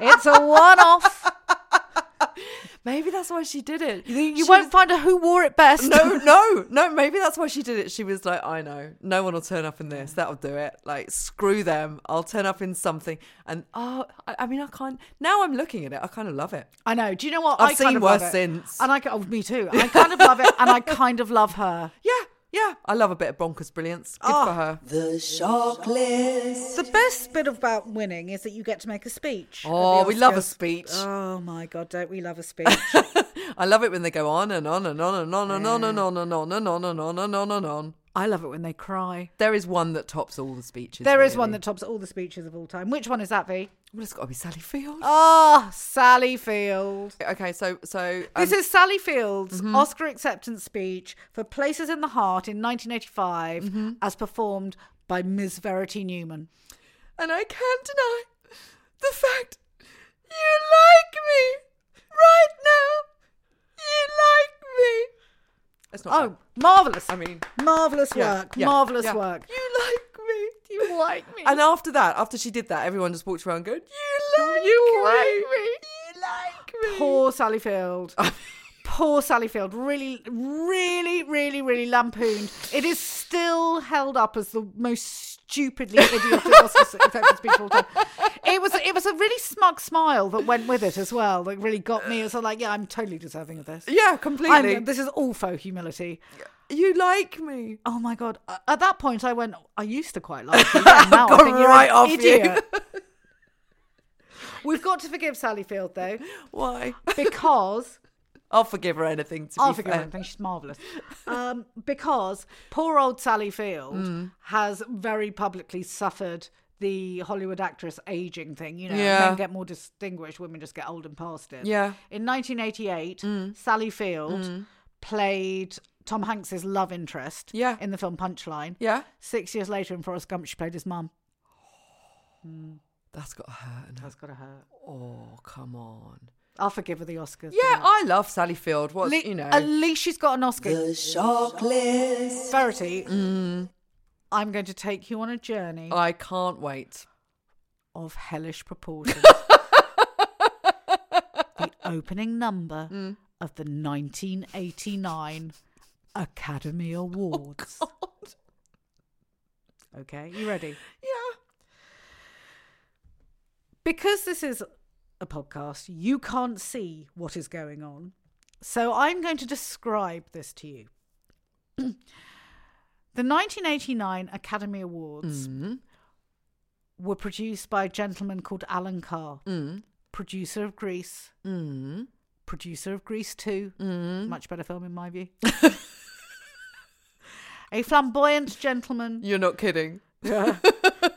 Speaker 2: It's a one-off.
Speaker 1: Maybe that's why she did it.
Speaker 2: You
Speaker 1: She
Speaker 2: won't
Speaker 1: was-
Speaker 2: find out who wore it best.
Speaker 1: No, no, no, maybe that's why she did it. She was like, I know, no one will turn up in this. That'll do it. Like, screw them. I'll turn up in something. And, oh, I, I mean, I can't. Now I'm looking at it. I kind of love it.
Speaker 2: I know. Do you know what?
Speaker 1: I've
Speaker 2: I kind
Speaker 1: seen
Speaker 2: of love
Speaker 1: worse
Speaker 2: it.
Speaker 1: since.
Speaker 2: and I ca- oh, me too. I kind of love it, and I kind of love her.
Speaker 1: Yeah, yeah. I love a bit of bonkers brilliance. Good for her.
Speaker 2: The best bit about winning is that you get to make a speech. at
Speaker 1: Oh,
Speaker 2: the
Speaker 1: we love a
Speaker 2: Oscars.
Speaker 1: speech.
Speaker 2: Oh my god, don't we love a speech?
Speaker 1: I love it when they go on and on and on and on and on and on and on and on and on and on
Speaker 2: I love it when they cry.
Speaker 1: There is one that tops all the speeches.
Speaker 2: There is one
Speaker 1: really.
Speaker 2: that tops all the speeches of all time. Which one is that, V?
Speaker 1: Well, it's got to be Sally Field.
Speaker 2: Ah, Sally Field.
Speaker 1: Okay, so so um,
Speaker 2: This is Sally Field's Oscar acceptance speech for Places in the Heart in 1985, as performed by Ms. Verity Newman.
Speaker 1: and I can't deny the fact you like me right now. You like me. That's not.
Speaker 2: Oh, marvelous!
Speaker 1: bad. I mean,
Speaker 2: marvelous
Speaker 1: yeah,
Speaker 2: work,
Speaker 1: yeah,
Speaker 2: marvelous
Speaker 1: yeah.
Speaker 2: work.
Speaker 1: You like me.
Speaker 2: You like me?
Speaker 1: And after that, after she did that, everyone just walked around going, "You like
Speaker 2: You
Speaker 1: me.
Speaker 2: like me.
Speaker 1: You like me."
Speaker 2: Poor Sally Field. Poor Sally Field. Really, really, really, really lampooned. It is still held up as the most stupidly idiotic Oscar acceptance speech of all time. It was, it was a really smug smile that went with it as well. That really got me. It's like, yeah, I'm totally deserving of this.
Speaker 1: Yeah,
Speaker 2: I'm-
Speaker 1: completely.
Speaker 2: this is all faux humility.
Speaker 1: you like me.
Speaker 2: Oh my god! A- At that point, I went. I used to quite like you. Yeah, now I
Speaker 1: Gone
Speaker 2: think you're
Speaker 1: right
Speaker 2: an
Speaker 1: off you.
Speaker 2: idiot. We've got to forgive Sally Field though,
Speaker 1: Why?
Speaker 2: because
Speaker 1: I'll forgive her anything. To
Speaker 2: I'll
Speaker 1: be
Speaker 2: forgive
Speaker 1: fair.
Speaker 2: her anything. She's marvelous. Um, because poor old Sally Field
Speaker 1: Hmm.
Speaker 2: has very publicly suffered the Hollywood actress aging thing. You know,
Speaker 1: Yeah.
Speaker 2: men get more distinguished, women just get old and past it.
Speaker 1: Yeah. Hmm.
Speaker 2: In 1988, Sally Field played Tom Hanks's love interest.
Speaker 1: Yeah.
Speaker 2: In the film Punchline.
Speaker 1: Yeah,
Speaker 2: Six years later, in Forrest Gump, she played his mum.
Speaker 1: that's got to hurt. and
Speaker 2: That's gotta hurt.
Speaker 1: Oh, come on.
Speaker 2: I'll forgive her the Oscars. for
Speaker 1: Yeah,
Speaker 2: that.
Speaker 1: I love Sally Field. What
Speaker 2: Le-
Speaker 1: you know?
Speaker 2: At least she's got an Oscar.
Speaker 1: shock list.
Speaker 2: Verity,
Speaker 1: Hmm.
Speaker 2: I'm going to take you on a journey
Speaker 1: I can't wait.
Speaker 2: of hellish proportions. the opening number of the 1989 Academy Awards. okay, you ready?
Speaker 1: Yeah.
Speaker 2: because this is a podcast, you can't see what is going on. So I'm going to describe this to you. the 1989 Academy Awards
Speaker 1: Mm,
Speaker 2: were produced by a gentleman called Alan Carr, producer of Grease,
Speaker 1: Mm.
Speaker 2: producer of Grease 2, much better film in my view. a flamboyant gentleman
Speaker 1: You're not kidding,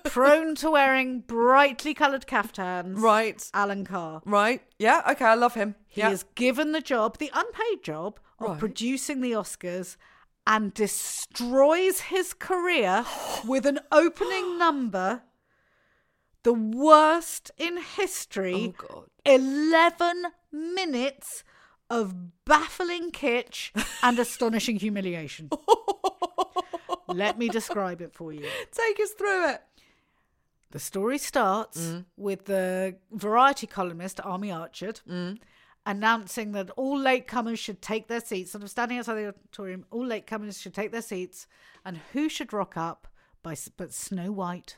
Speaker 2: prone to wearing brightly coloured caftans.
Speaker 1: right?
Speaker 2: Alan Carr.
Speaker 1: Right? Yeah. Okay, I love him.
Speaker 2: He
Speaker 1: yeah.
Speaker 2: is given the job, the unpaid job, of
Speaker 1: Right.
Speaker 2: producing the Oscars and destroys his career with an opening number, the worst in
Speaker 1: Oh
Speaker 2: history.
Speaker 1: God.
Speaker 2: 11 minutes of baffling kitsch and astonishing humiliation. Let me describe it for you.
Speaker 1: Take us through it.
Speaker 2: The story starts with the variety columnist, Army Archard, announcing that all latecomers should take their seats, sort of standing outside the auditorium, all latecomers should take their seats, and who should rock up by, s- but Snow White,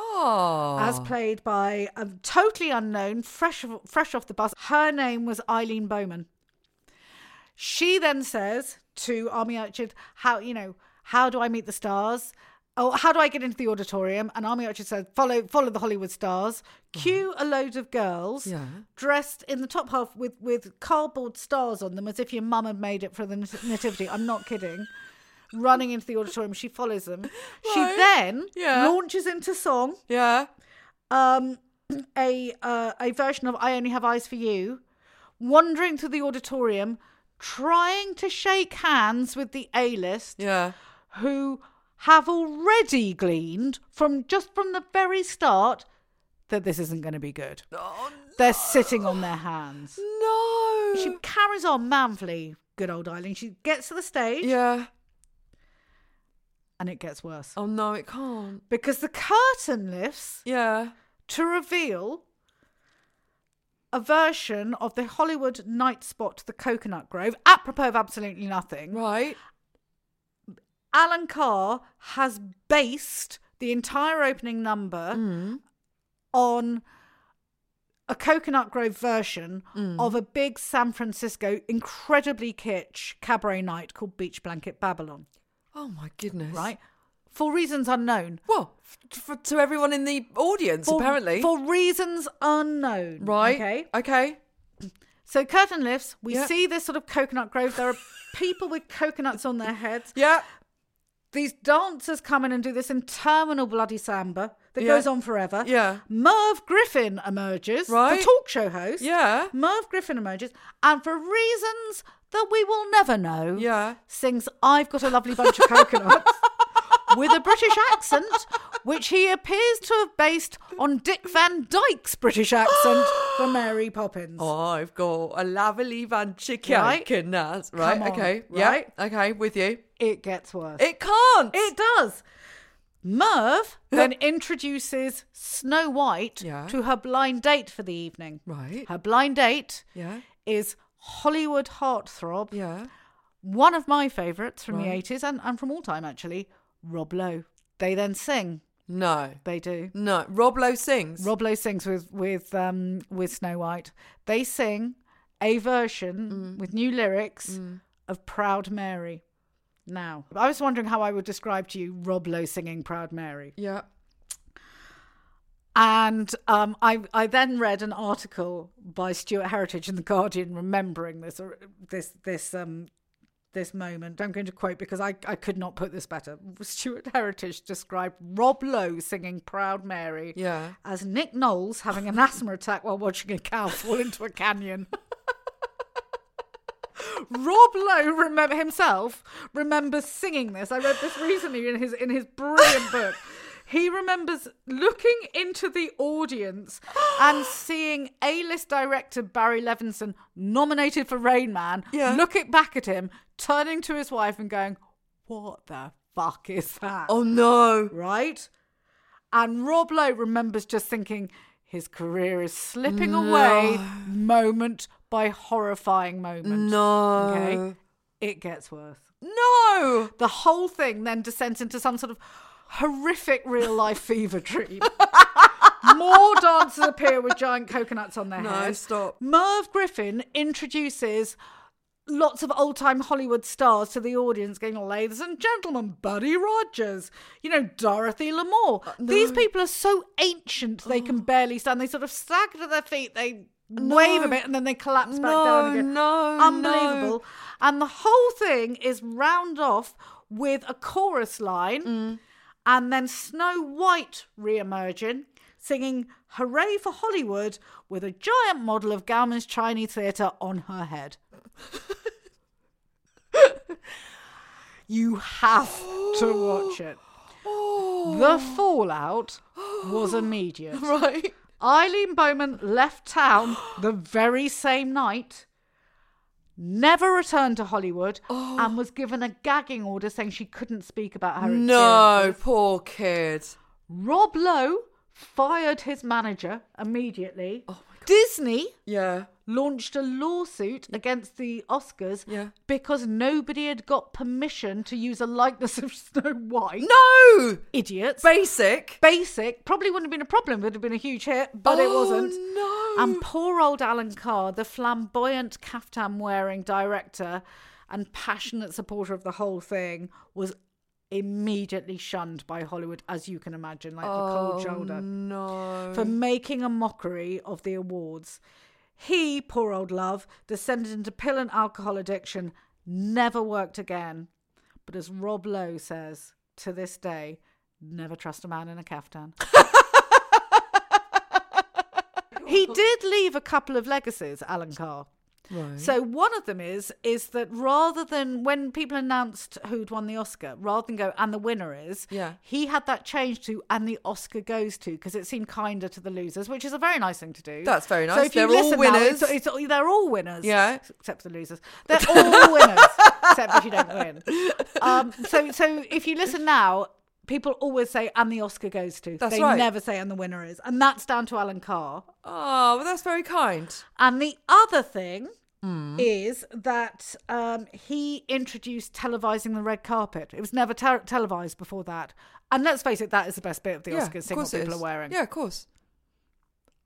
Speaker 1: Oh.
Speaker 2: as played by a totally unknown, fresh, of- fresh off the bus. Her name was Eileen Bowman. She then says to Army Archard, "How you know? How do I meet the stars? Oh, how do I get into the auditorium?" And Army Archard said, "Follow, follow the Hollywood stars. Cue a load of girls
Speaker 1: Uh-huh. Yeah.
Speaker 2: dressed in the top half with with cardboard stars on them, as if your mum had made it for the nat- nativity. I'm not kidding." Running into the auditorium, she follows them. She
Speaker 1: Right.
Speaker 2: then
Speaker 1: Yeah.
Speaker 2: launches into song
Speaker 1: yeah.
Speaker 2: um, a uh, a version of "I Only Have Eyes for You," wandering through the auditorium, trying to shake hands with the A-list
Speaker 1: Yeah.
Speaker 2: who have already gleaned from just from the very start that this isn't going to be good.
Speaker 1: Oh
Speaker 2: They're sitting on their hands.
Speaker 1: no.
Speaker 2: She carries on manfully, good old Eileen. She gets to the stage,
Speaker 1: yeah.
Speaker 2: and it gets worse
Speaker 1: Oh no, it can't.
Speaker 2: because the curtain lifts.
Speaker 1: Yeah.
Speaker 2: to reveal a version of the Hollywood night spot, The Coconut Grove, apropos of absolutely nothing.
Speaker 1: Right.
Speaker 2: Alan Carr has based the entire opening number
Speaker 1: Mm.
Speaker 2: on a Coconut Grove version
Speaker 1: Mm.
Speaker 2: of a big San Francisco, incredibly kitsch cabaret night called Beach Blanket Babylon,
Speaker 1: Oh my goodness.
Speaker 2: right? For reasons unknown.
Speaker 1: Well, f- f- to everyone in the audience,
Speaker 2: For-
Speaker 1: apparently.
Speaker 2: For reasons unknown.
Speaker 1: right.
Speaker 2: Okay.
Speaker 1: Okay.
Speaker 2: So curtain lifts. We
Speaker 1: Yeah.
Speaker 2: see this sort of coconut grove. There are people with coconuts on their heads.
Speaker 1: Yeah.
Speaker 2: These dancers come in and do this interminable bloody samba that
Speaker 1: Yeah.
Speaker 2: goes on forever.
Speaker 1: Yeah.
Speaker 2: Merv Griffin emerges,
Speaker 1: Right.
Speaker 2: the talk show host.
Speaker 1: Yeah.
Speaker 2: Merv Griffin emerges, and for reasons that we will never know,
Speaker 1: Yeah.
Speaker 2: sings I've Got a Lovely Bunch of Coconuts with a British accent, which he appears to have based on Dick Van Dyke's British accent for Mary Poppins.
Speaker 1: Oh, I've got a lovely bunch of
Speaker 2: Right?
Speaker 1: coconuts. Right.
Speaker 2: Come on,
Speaker 1: okay.
Speaker 2: right?
Speaker 1: Yeah. Okay. With you.
Speaker 2: It gets worse.
Speaker 1: It can't.
Speaker 2: It does. Merv then introduces Snow White
Speaker 1: Yeah.
Speaker 2: to her blind date for the evening.
Speaker 1: right.
Speaker 2: Her blind date
Speaker 1: Yeah.
Speaker 2: is Hollywood heartthrob,
Speaker 1: Yeah.
Speaker 2: one of my favourites from
Speaker 1: Right.
Speaker 2: the 80s and, and from all time actually, Rob Lowe. They then sing.
Speaker 1: No.
Speaker 2: They do.
Speaker 1: No. Rob Lowe sings.
Speaker 2: Rob Lowe sings with with um, with Snow White. They sing a
Speaker 1: Mm.
Speaker 2: version with new lyrics of Proud Mary. Now, I was wondering how I would describe to you Rob Lowe singing Proud Mary.
Speaker 1: yeah.
Speaker 2: And um, I, I then read an article by Stuart Heritage in the Guardian remembering this or this this um, this moment. I'm going to quote because I, I could not put this better. Stuart Heritage described Rob Lowe singing Proud Mary
Speaker 1: Yeah.
Speaker 2: as Nick Knowles having an asthma attack while watching a cow fall into a canyon. Rob Lowe remember himself remembers singing this. I read this recently in his in his brilliant book. He remembers looking into the audience and seeing A-list director Barry Levinson nominated for Rain Man,
Speaker 1: Yeah.
Speaker 2: looking back at him, turning to his wife and going, "What the fuck is that?"
Speaker 1: Oh no.
Speaker 2: right? And Rob Lowe remembers just thinking his career is slipping
Speaker 1: No.
Speaker 2: away moment by horrifying moment.
Speaker 1: No.
Speaker 2: Okay. It gets worse.
Speaker 1: No.
Speaker 2: The whole thing then descends into some sort of horrific real life fever dream. More dancers appear with giant coconuts on their
Speaker 1: No,
Speaker 2: heads.
Speaker 1: stop.
Speaker 2: Merv Griffin introduces lots of old time Hollywood stars to the audience, going, Ladies and gentlemen, Buddy Rogers, you know, Dorothy L'Amour.
Speaker 1: Uh,
Speaker 2: These people are so ancient they
Speaker 1: Oh.
Speaker 2: can barely stand. They sort of stagger to their feet, they wave a bit, and then they collapse back
Speaker 1: No.
Speaker 2: down again.
Speaker 1: Oh, No.
Speaker 2: Unbelievable. And the whole thing is round off with a chorus line and then Snow White re-emerging, singing Hooray for Hollywood with a giant model of Gauman's Chinese Theatre on her head. you have to watch it. The fallout was immediate.
Speaker 1: No. Right.
Speaker 2: Eileen Bowman left town the very same night, never returned to Hollywood,
Speaker 1: Oh.
Speaker 2: and was given a gagging order saying she couldn't speak about her
Speaker 1: No.
Speaker 2: experiences.
Speaker 1: Poor kid.
Speaker 2: Rob Lowe fired his manager immediately.
Speaker 1: Oh
Speaker 2: Disney
Speaker 1: Yeah.
Speaker 2: launched a lawsuit against the Oscars
Speaker 1: Yeah.
Speaker 2: because nobody had got permission to use a likeness of Snow White.
Speaker 1: No.
Speaker 2: Idiots.
Speaker 1: Basic.
Speaker 2: Basic probably wouldn't have been a problem, would have been a huge hit, but it
Speaker 1: Oh,
Speaker 2: wasn't.
Speaker 1: No.
Speaker 2: And poor old Alan Carr, the flamboyant caftan wearing director and passionate supporter of the whole thing, was immediately shunned by Hollywood, as you can imagine, like the cold
Speaker 1: Um,
Speaker 2: shoulder,
Speaker 1: Oh, no.
Speaker 2: for making a mockery of the awards. He, poor old love, descended into pill and alcohol addiction, never worked again. But as Rob Lowe says, to this day, never trust a man in a caftan. he did leave a couple of legacies, Alan Carr.
Speaker 1: Right.
Speaker 2: So one of them is is that rather than when people announced who'd won the Oscar, rather than go and the winner is,
Speaker 1: Yeah.
Speaker 2: he had that changed to and the Oscar goes to because it seemed kinder to the losers, which is a very nice thing to do.
Speaker 1: That's very
Speaker 2: So
Speaker 1: nice.
Speaker 2: if you
Speaker 1: They're all
Speaker 2: listen now,
Speaker 1: winners.
Speaker 2: it's- it's- they're all winners.
Speaker 1: Yeah.
Speaker 2: except for the losers. They're all winners, except if you don't win. Um, so so if you listen now. People always say, and the Oscar goes to.
Speaker 1: That's
Speaker 2: they
Speaker 1: right.
Speaker 2: never say, and the winner is. And that's down to Alan Carr.
Speaker 1: oh, well, that's very kind.
Speaker 2: And the other thing
Speaker 1: Hmm.
Speaker 2: is that um, he introduced televising the red carpet. It was never te- televised before that. And let's face it, that is the best bit of the
Speaker 1: yeah,
Speaker 2: Oscars,
Speaker 1: of
Speaker 2: seeing what
Speaker 1: course it
Speaker 2: people
Speaker 1: is.
Speaker 2: are wearing.
Speaker 1: Yeah, of course.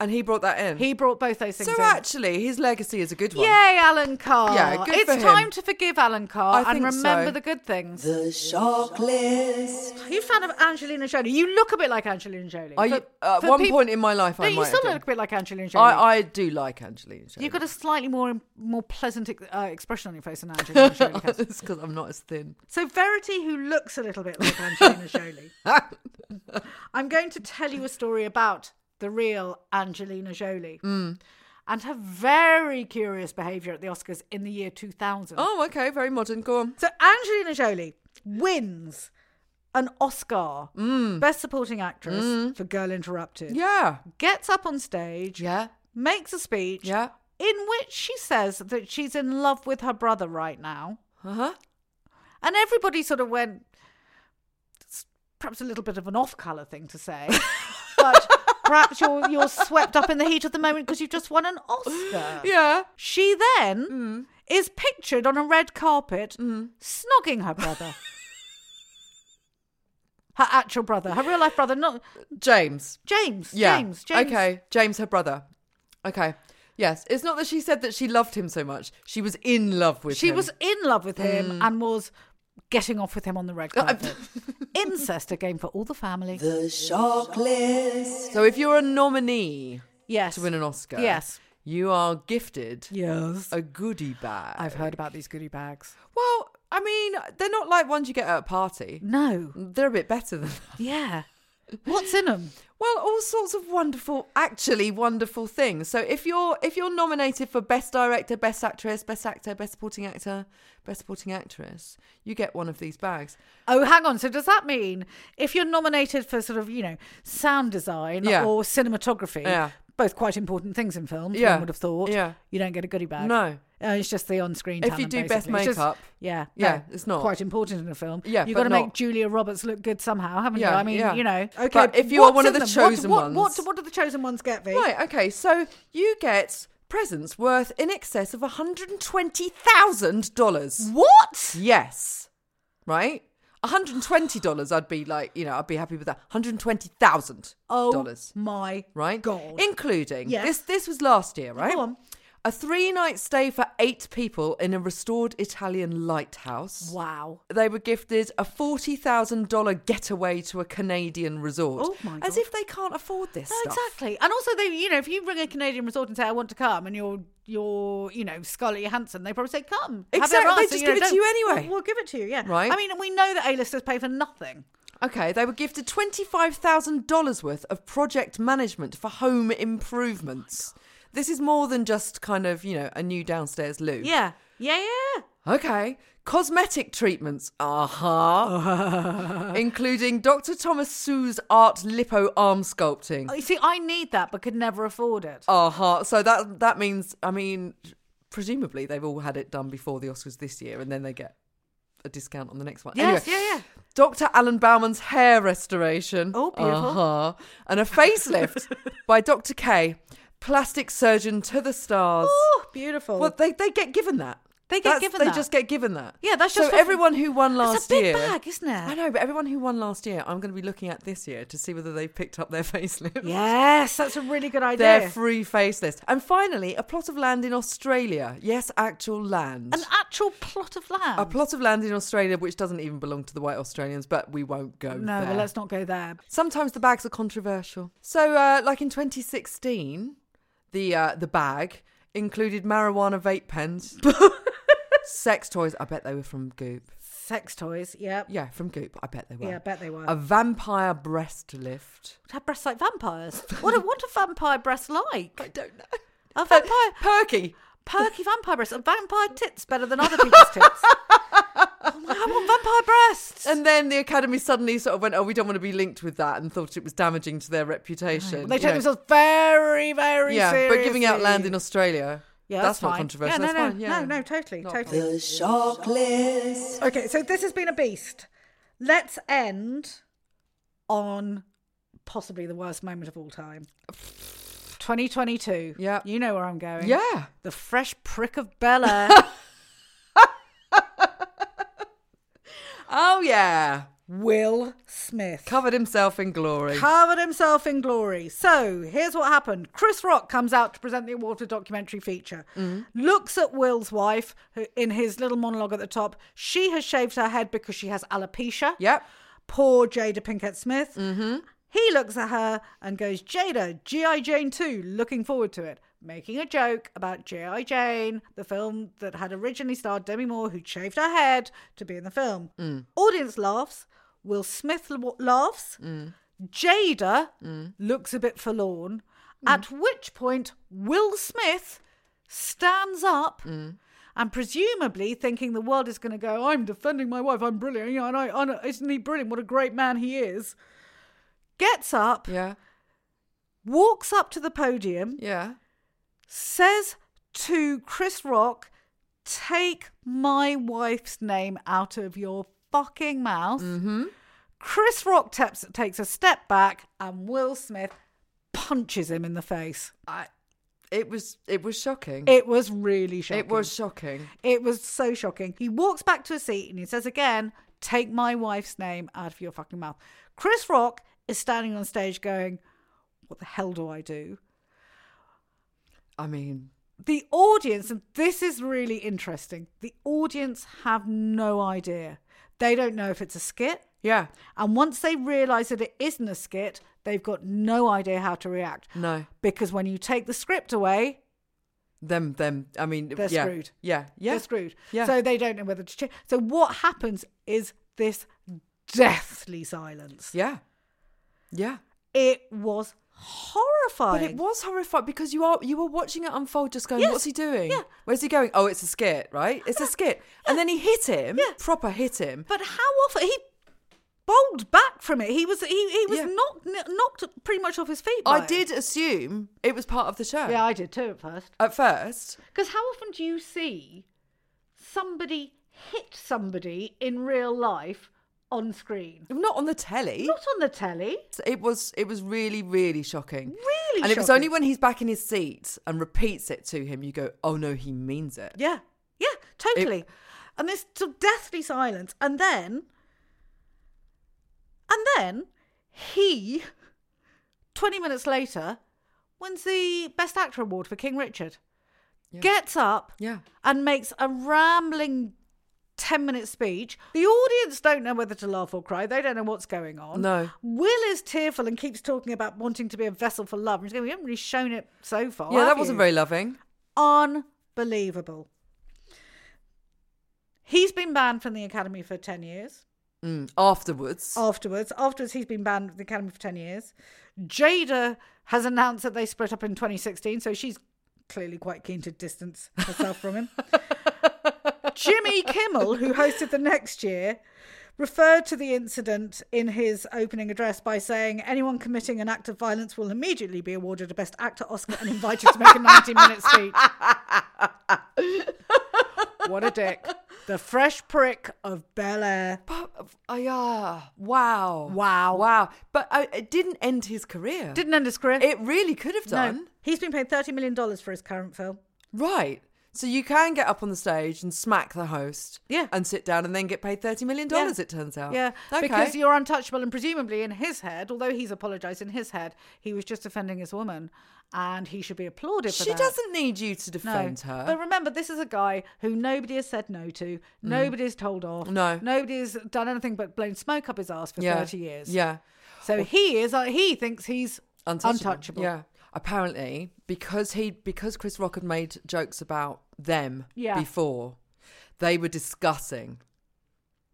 Speaker 1: and he brought that in.
Speaker 2: He brought both those things
Speaker 1: so
Speaker 2: in.
Speaker 1: actually, his legacy is a good one.
Speaker 2: Yay, Alan Carr.
Speaker 1: Yeah, good
Speaker 2: it's
Speaker 1: for him.
Speaker 2: time to forgive Alan Carr
Speaker 1: I
Speaker 2: and
Speaker 1: think
Speaker 2: remember
Speaker 1: so.
Speaker 2: the good things.
Speaker 3: The shock list.
Speaker 2: Are you a fan of Angelina Jolie? You look a bit like Angelina Jolie.
Speaker 1: Are
Speaker 2: For-
Speaker 1: you, at
Speaker 2: for
Speaker 1: one
Speaker 2: people-
Speaker 1: point in my life,
Speaker 2: No,
Speaker 1: I
Speaker 2: you
Speaker 1: might
Speaker 2: still
Speaker 1: have done.
Speaker 2: look a bit like Angelina Jolie.
Speaker 1: I, I do like Angelina Jolie.
Speaker 2: You've got a slightly more more pleasant uh, expression on your face than Angelina Jolie has.
Speaker 1: it's because I'm not as thin.
Speaker 2: So Verity, who looks a little bit like Angelina Jolie,
Speaker 1: Oh,
Speaker 2: I'm going to tell you a story about the real Angelina Jolie
Speaker 1: Mm.
Speaker 2: and her very curious behaviour at the Oscars in the year 2000.
Speaker 1: Oh, okay, very modern. Go on.
Speaker 2: So Angelina Jolie wins an Oscar,
Speaker 1: Mm.
Speaker 2: Best Supporting Actress for Girl Interrupted.
Speaker 1: Yeah,
Speaker 2: Gets up on stage,
Speaker 1: yeah,
Speaker 2: makes a speech,
Speaker 1: yeah.
Speaker 2: in which she says that she's in love with her brother right now.
Speaker 1: Uh
Speaker 2: Uh-huh.
Speaker 1: huh.
Speaker 2: And everybody sort of went, "It's perhaps a little bit of an off color thing to say. but perhaps you're, you're swept up in the heat of the moment because you've just won an Oscar.
Speaker 1: Yeah.
Speaker 2: She then is pictured on a red carpet snogging her brother. her actual brother, her real life brother, not
Speaker 1: James.
Speaker 2: James.
Speaker 1: Yeah.
Speaker 2: James. James.
Speaker 1: Okay. James, her brother. Okay. Yes. It's not that she said that she loved him so much. She was in love with
Speaker 2: She
Speaker 1: him.
Speaker 2: was in love with him and was getting off with him on the red carpet. Incest a game for all the family.
Speaker 3: The shock list.
Speaker 1: So if you're a nominee
Speaker 2: yes.
Speaker 1: to win an Oscar,
Speaker 2: Yes.
Speaker 1: you are gifted
Speaker 2: Yes.
Speaker 1: a goodie bag.
Speaker 2: I've heard about these goodie bags.
Speaker 1: Well, I mean, they're not like ones you get at a party.
Speaker 2: No.
Speaker 1: They're a bit better than
Speaker 2: Yeah. What's in them?
Speaker 1: Well, all sorts of wonderful, actually wonderful things. So if you're if you're nominated for best director, best actress, best actor, best supporting actor, best supporting actress, you get one of these bags.
Speaker 2: Oh, hang on. So does that mean if you're nominated for sort of, you know, sound design
Speaker 1: Yeah.
Speaker 2: or cinematography,
Speaker 1: Yeah.
Speaker 2: both quite important things in films,
Speaker 1: Yeah.
Speaker 2: one would have thought,
Speaker 1: Yeah.
Speaker 2: you don't get a goodie bag?
Speaker 1: No,
Speaker 2: Uh, it's just the on-screen
Speaker 1: If
Speaker 2: talent,
Speaker 1: you do best
Speaker 2: basically. It's just-
Speaker 1: makeup,
Speaker 2: yeah,
Speaker 1: yeah,
Speaker 2: no,
Speaker 1: it's not.
Speaker 2: quite important in a film.
Speaker 1: Yeah,
Speaker 2: you've
Speaker 1: but
Speaker 2: got to make
Speaker 1: not-
Speaker 2: Julia Roberts look good somehow, haven't you?
Speaker 1: Yeah,
Speaker 2: I mean,
Speaker 1: yeah.
Speaker 2: you know,
Speaker 1: Okay, But if you are
Speaker 2: what's
Speaker 1: one of
Speaker 2: in
Speaker 1: the
Speaker 2: them? What-
Speaker 1: chosen
Speaker 2: what,
Speaker 1: ones-
Speaker 2: what, what do the chosen ones get? Vic?
Speaker 1: right? Okay, so you get presents worth in excess of one hundred and twenty thousand dollars.
Speaker 2: What?
Speaker 1: Yes, right. One hundred and twenty dollars. I'd be like, you know, I'd be happy with that. One hundred twenty thousand
Speaker 2: Oh,
Speaker 1: dollars.
Speaker 2: my
Speaker 1: right?
Speaker 2: God.
Speaker 1: Including
Speaker 2: Yes.
Speaker 1: this this was last year, right?
Speaker 2: Go on.
Speaker 1: A three night stay for eight people in a restored Italian lighthouse.
Speaker 2: Wow.
Speaker 1: They were gifted a forty thousand dollar getaway to a Canadian resort.
Speaker 2: Oh my
Speaker 1: As
Speaker 2: God.
Speaker 1: if they can't afford this.
Speaker 2: No,
Speaker 1: stuff.
Speaker 2: Oh, exactly. And also, they, you know, if you ring a Canadian resort and say, "I want to come," and you're, you're, you know, Scarlett Johansson, they probably say, "Come." Have it
Speaker 1: Exactly.
Speaker 2: at
Speaker 1: They
Speaker 2: us,
Speaker 1: just
Speaker 2: know,
Speaker 1: give it to
Speaker 2: don't-
Speaker 1: you anyway.
Speaker 2: We'll, we'll give it to you. Yeah.
Speaker 1: Right.
Speaker 2: I mean, we know that A-listers pay for nothing.
Speaker 1: Okay, they were gifted twenty five thousand dollars worth of project management for home
Speaker 2: Oh
Speaker 1: improvements. this is more than just kind of, you know, a new downstairs loo.
Speaker 2: Yeah. Yeah. Yeah.
Speaker 1: Okay. Cosmetic treatments. Uh-huh. Including Dr. Thomas Sue's art lipo arm sculpting.
Speaker 2: Oh, You see, I need that, but could never afford it.
Speaker 1: Uh-huh. So that that means I mean presumably they've all had it done before the Oscars this year and then they get a discount on the next one.
Speaker 2: Yes,
Speaker 1: Uh, Anyway,
Speaker 2: yeah, yeah.
Speaker 1: Dr. Alan Bauman's hair restoration.
Speaker 2: Oh, beautiful.
Speaker 1: Uh-huh. And a facelift by Dr. K, plastic surgeon to the stars.
Speaker 2: Oh, beautiful.
Speaker 1: Well, they, they get given that.
Speaker 2: They get given
Speaker 1: they
Speaker 2: that.
Speaker 1: just get given that.
Speaker 2: Yeah, that's just
Speaker 1: so
Speaker 2: what-
Speaker 1: everyone who won last
Speaker 2: it's a big
Speaker 1: year.
Speaker 2: bag, isn't it?
Speaker 1: I know, but everyone who won last year, I'm going to be looking at this year to see whether they picked up their facelift.
Speaker 2: Yes, that's a really good idea.
Speaker 1: Their free facelift. And finally, a plot of land in Australia. Yes, actual land.
Speaker 2: An actual plot of land.
Speaker 1: a plot of land in Australia which doesn't even belong to the white Australians, but we won't go
Speaker 2: no,
Speaker 1: there.
Speaker 2: well, let's not go there.
Speaker 1: Sometimes the bags are controversial. So, uh, like in 2016, the uh, the bag included marijuana vape pens, sex toys. I bet they were from Goop.
Speaker 2: Sex toys. Yeah.
Speaker 1: Yeah, from Goop. I bet they were.
Speaker 2: Yeah, I bet they were.
Speaker 1: A vampire breast lift.
Speaker 2: Have breasts like vampires. What a what a vampire breast like?
Speaker 1: don't know.
Speaker 2: A vampire
Speaker 1: Perky.
Speaker 2: perky vampire breasts. A vampire tits better than other people's tits. Oh my, I want vampire breasts.
Speaker 1: And then the Academy suddenly sort of went, oh, we don't want to be linked with that, and thought it was damaging to their reputation.
Speaker 2: they
Speaker 1: you
Speaker 2: take
Speaker 1: know.
Speaker 2: themselves very, very
Speaker 1: Yeah,
Speaker 2: seriously.
Speaker 1: but giving out land in Australia.
Speaker 2: Yeah,
Speaker 1: that's, not
Speaker 2: fine.
Speaker 1: controversial.
Speaker 2: Yeah, no,
Speaker 1: that's
Speaker 2: no,
Speaker 1: fine. Yeah.
Speaker 2: no, no, totally,
Speaker 1: Not
Speaker 2: totally.
Speaker 3: The shock list.
Speaker 2: Okay, so this has been a beast. Let's end on possibly the worst moment of all time. 2022.
Speaker 1: Yeah.
Speaker 2: You know where I'm going.
Speaker 1: Yeah.
Speaker 2: The fresh prick of Bel Air.
Speaker 1: Oh yeah.
Speaker 2: Will Smith.
Speaker 1: Covered himself in glory.
Speaker 2: Covered himself in glory. So here's what happened. Chris Rock comes out to present the award for documentary feature. Looks at Will's wife who, in his little monologue at the top. She has shaved her head because she has alopecia.
Speaker 1: Yep.
Speaker 2: Poor Jada Pinkett Smith. Mm-hmm. He looks at her and goes, Jada, G.I. Jane 2, looking forward to it. Making a joke about G.I. Jane, the film that had originally starred Demi Moore, who shaved her head to be in the film. Audience laughs. Will Smith la- laughs. Jada looks a bit forlorn, at which point Will Smith stands up and presumably thinking the world is going to go, I'm defending my wife, I'm brilliant, you know, and I, I, know- isn't he brilliant? What a great man he is. Gets up,
Speaker 1: Yeah.
Speaker 2: walks up to the podium,
Speaker 1: Yeah.
Speaker 2: says to Chris Rock, Take my wife's name out of your fucking mouth. Chris Rock taps, takes a step back and Will Smith punches him in the face.
Speaker 1: I, it was it was shocking.
Speaker 2: It was really shocking.
Speaker 1: It was shocking.
Speaker 2: It was so shocking. He walks back to his seat and he says again, Take my wife's name out of your fucking mouth. Chris Rock is standing on stage going, What the hell do I do?
Speaker 1: I mean,
Speaker 2: the audience, and this is really interesting, the audience have no idea. They don't know if it's a skit.
Speaker 1: yeah.
Speaker 2: And once they realize that it isn't a skit, they've got no idea how to react.
Speaker 1: No.
Speaker 2: Because when you take the script away,
Speaker 1: Them them I mean
Speaker 2: They're
Speaker 1: yeah.
Speaker 2: screwed.
Speaker 1: Yeah. Yeah.
Speaker 2: they're screwed.
Speaker 1: Yeah.
Speaker 2: So they don't know whether to. Ch- so what happens is this deathly silence.
Speaker 1: Yeah. Yeah.
Speaker 2: It was horrifying.
Speaker 1: But it was horrifying because you are you were watching it unfold, just going,
Speaker 2: Yes,
Speaker 1: "What's he doing?
Speaker 2: yeah.
Speaker 1: Where's he going? Oh, it's a skit, right? It's a skit." And then he hit him,
Speaker 2: Yeah.
Speaker 1: proper hit him.
Speaker 2: But how often he bowled back from it? He was he, he was
Speaker 1: Yeah.
Speaker 2: knocked kn- knocked pretty much off his feet. by
Speaker 1: I
Speaker 2: it.
Speaker 1: did assume it was part of the show
Speaker 2: Yeah, I did too at first.
Speaker 1: at first.
Speaker 2: Because how often do you see somebody hit somebody in real life on screen?
Speaker 1: Not on the telly.
Speaker 2: Not on the telly.
Speaker 1: It was it was really really shocking.
Speaker 2: Really
Speaker 1: And it was
Speaker 2: shocking.
Speaker 1: only when he's back in his seat and repeats it to him, you go, "Oh no, he means it."
Speaker 2: Yeah, yeah, totally. and this sort of deathly silence, and then, and then he, twenty minutes later, wins the Best Actor award for King Richard. Gets up
Speaker 1: Yeah.
Speaker 2: and makes a rambling. 10 minute speech. The audience don't know whether to laugh or cry. They don't know what's going on.
Speaker 1: No.
Speaker 2: Will is tearful and keeps talking about wanting to be a vessel for love. And he's going, We haven't really shown it so far.
Speaker 1: yeah,
Speaker 2: have
Speaker 1: that wasn't
Speaker 2: you?"
Speaker 1: very loving.
Speaker 2: Unbelievable. He's been banned from the Academy for 10 years.
Speaker 1: Mm. Afterwards,
Speaker 2: Afterwards, afterwards, he's been banned from the Academy for 10 years. Jada has announced that they split up in 2016, so she's clearly quite keen to distance herself from him. Jimmy Kimmel, who hosted the next year, referred to the incident in his opening address by saying, Anyone committing an act of violence will immediately be awarded a Best Actor Oscar and invited to make a 19 minute speech. what a dick. The fresh prick of Bel Air.
Speaker 1: But, uh, yeah, wow,
Speaker 2: Oh, Wow.
Speaker 1: wow. But uh, it didn't end his career.
Speaker 2: Didn't end his career.
Speaker 1: it really could have
Speaker 2: No.
Speaker 1: done.
Speaker 2: He's been paid $30 million for his current film.
Speaker 1: Right. So you can get up on the stage and smack the host,
Speaker 2: Yeah.
Speaker 1: and sit down and then get paid thirty million dollars. It turns out,
Speaker 2: Yeah,
Speaker 1: Oh. okay.
Speaker 2: because you're untouchable, and presumably in his head, although he's apologised in his head, he was just offending his woman, and he should be applauded for
Speaker 1: she
Speaker 2: that.
Speaker 1: doesn't need you to
Speaker 2: No.
Speaker 1: defend her. Mm.
Speaker 2: But remember, this is a guy who nobody has said no to, nobody has told off,
Speaker 1: No.
Speaker 2: nobody has done anything but blown smoke up his ass for
Speaker 1: yeah,
Speaker 2: thirty years.
Speaker 1: Yeah,
Speaker 2: So he is. Uh, he thinks he's untouchable.
Speaker 1: Yeah. Apparently, because he because Chris Rock had made jokes about them
Speaker 2: Yeah.
Speaker 1: before, they were discussing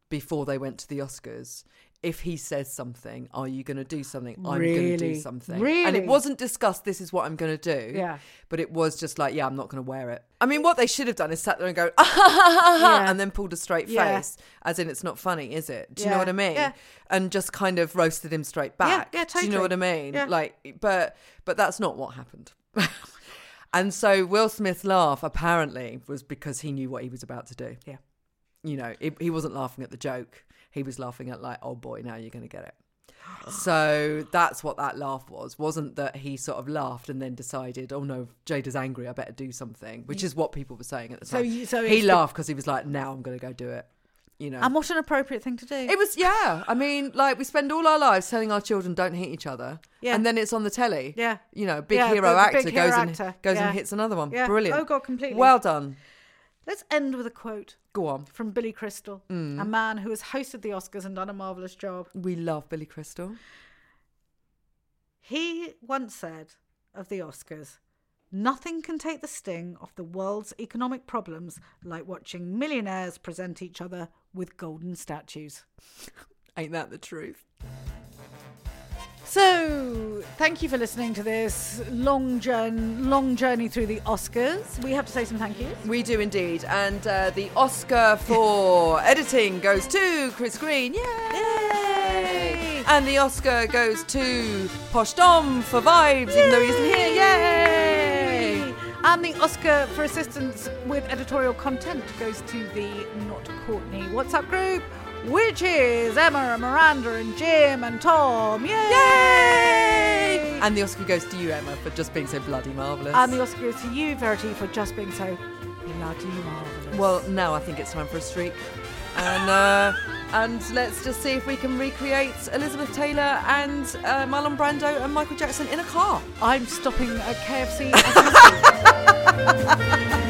Speaker 1: before they went to the Oscars. If he says something, are you going to do something? I'm going to do
Speaker 2: Really?
Speaker 1: something. And
Speaker 2: Really?
Speaker 1: it wasn't discussed. This is what I'm going to do.
Speaker 2: Yeah.
Speaker 1: But it was just like, yeah, I'm not going to wear it. I mean, what they should have done is sat there and go, ah, ha, ha, ha, ha,
Speaker 2: Yeah.
Speaker 1: and then pulled a straight
Speaker 2: Yeah.
Speaker 1: face, as in it's not funny, is it? Do you
Speaker 2: Yeah.
Speaker 1: know what I mean?
Speaker 2: Yeah.
Speaker 1: And just kind of roasted him straight back.
Speaker 2: yeah,
Speaker 1: Do you know
Speaker 2: totally.
Speaker 1: what I mean?
Speaker 2: Yeah.
Speaker 1: Like, but but that's not what happened. and so Will Smith's laugh apparently was because he knew what he was about to do.
Speaker 2: Yeah.
Speaker 1: You know, it, he wasn't laughing at the joke. He was laughing at like, oh boy, now you're going to get it. So that's what that laugh was. Wasn't that he sort of laughed and then decided, oh no, Jada's angry, I better do something, which is what people were saying at the
Speaker 2: So
Speaker 1: time.
Speaker 2: you- so
Speaker 1: he
Speaker 2: it's the-
Speaker 1: laughed because he was like, now I'm going to go do it. you know.
Speaker 2: And what an appropriate thing to do.
Speaker 1: it was yeah. I mean, like we spend all our lives telling our children don't hit each other,
Speaker 2: Yeah.
Speaker 1: and then it's on the telly.
Speaker 2: Yeah.
Speaker 1: you know, big
Speaker 2: Yeah,
Speaker 1: hero
Speaker 2: the- the
Speaker 1: actor
Speaker 2: big hero
Speaker 1: goes
Speaker 2: actor.
Speaker 1: and goes
Speaker 2: Yeah.
Speaker 1: and hits another one.
Speaker 2: Yeah.
Speaker 1: Brilliant.
Speaker 2: Oh, God, completely.
Speaker 1: Well done.
Speaker 2: Let's end with a quote
Speaker 1: Go on.
Speaker 2: from Billy Crystal, a man who has hosted the Oscars and done a marvelous job.
Speaker 1: We love Billy Crystal.
Speaker 2: He once said of the Oscars, Nothing can take the sting off the world's economic problems like watching millionaires present each other with golden statues.
Speaker 1: Ain't that the truth?
Speaker 2: So, thank you for listening to this long journey, long journey through the Oscars. We have to say some thank yous.
Speaker 1: We do indeed. And uh, the Oscar for editing goes to Chris Green. Yay!
Speaker 2: Yay!
Speaker 1: And the Oscar goes to Posh Dom for vibes, even though he isn't here. Yay!
Speaker 2: And the Oscar for assistance with editorial content goes to the Not Courtney WhatsApp group, which is Emma and Miranda and Jim and Tom. Yay! And,
Speaker 1: And the Oscar goes to you, Emma, for just being so bloody marvellous.
Speaker 2: the Oscar is to you, Verity, for just being so bloody marvellous.
Speaker 1: well, now I think it's time for a streak. And uh, and let's just see if we can recreate Elizabeth Taylor and uh, Marlon Brando and Michael Jackson in a car.
Speaker 2: I'm stopping at KFC. as we speak.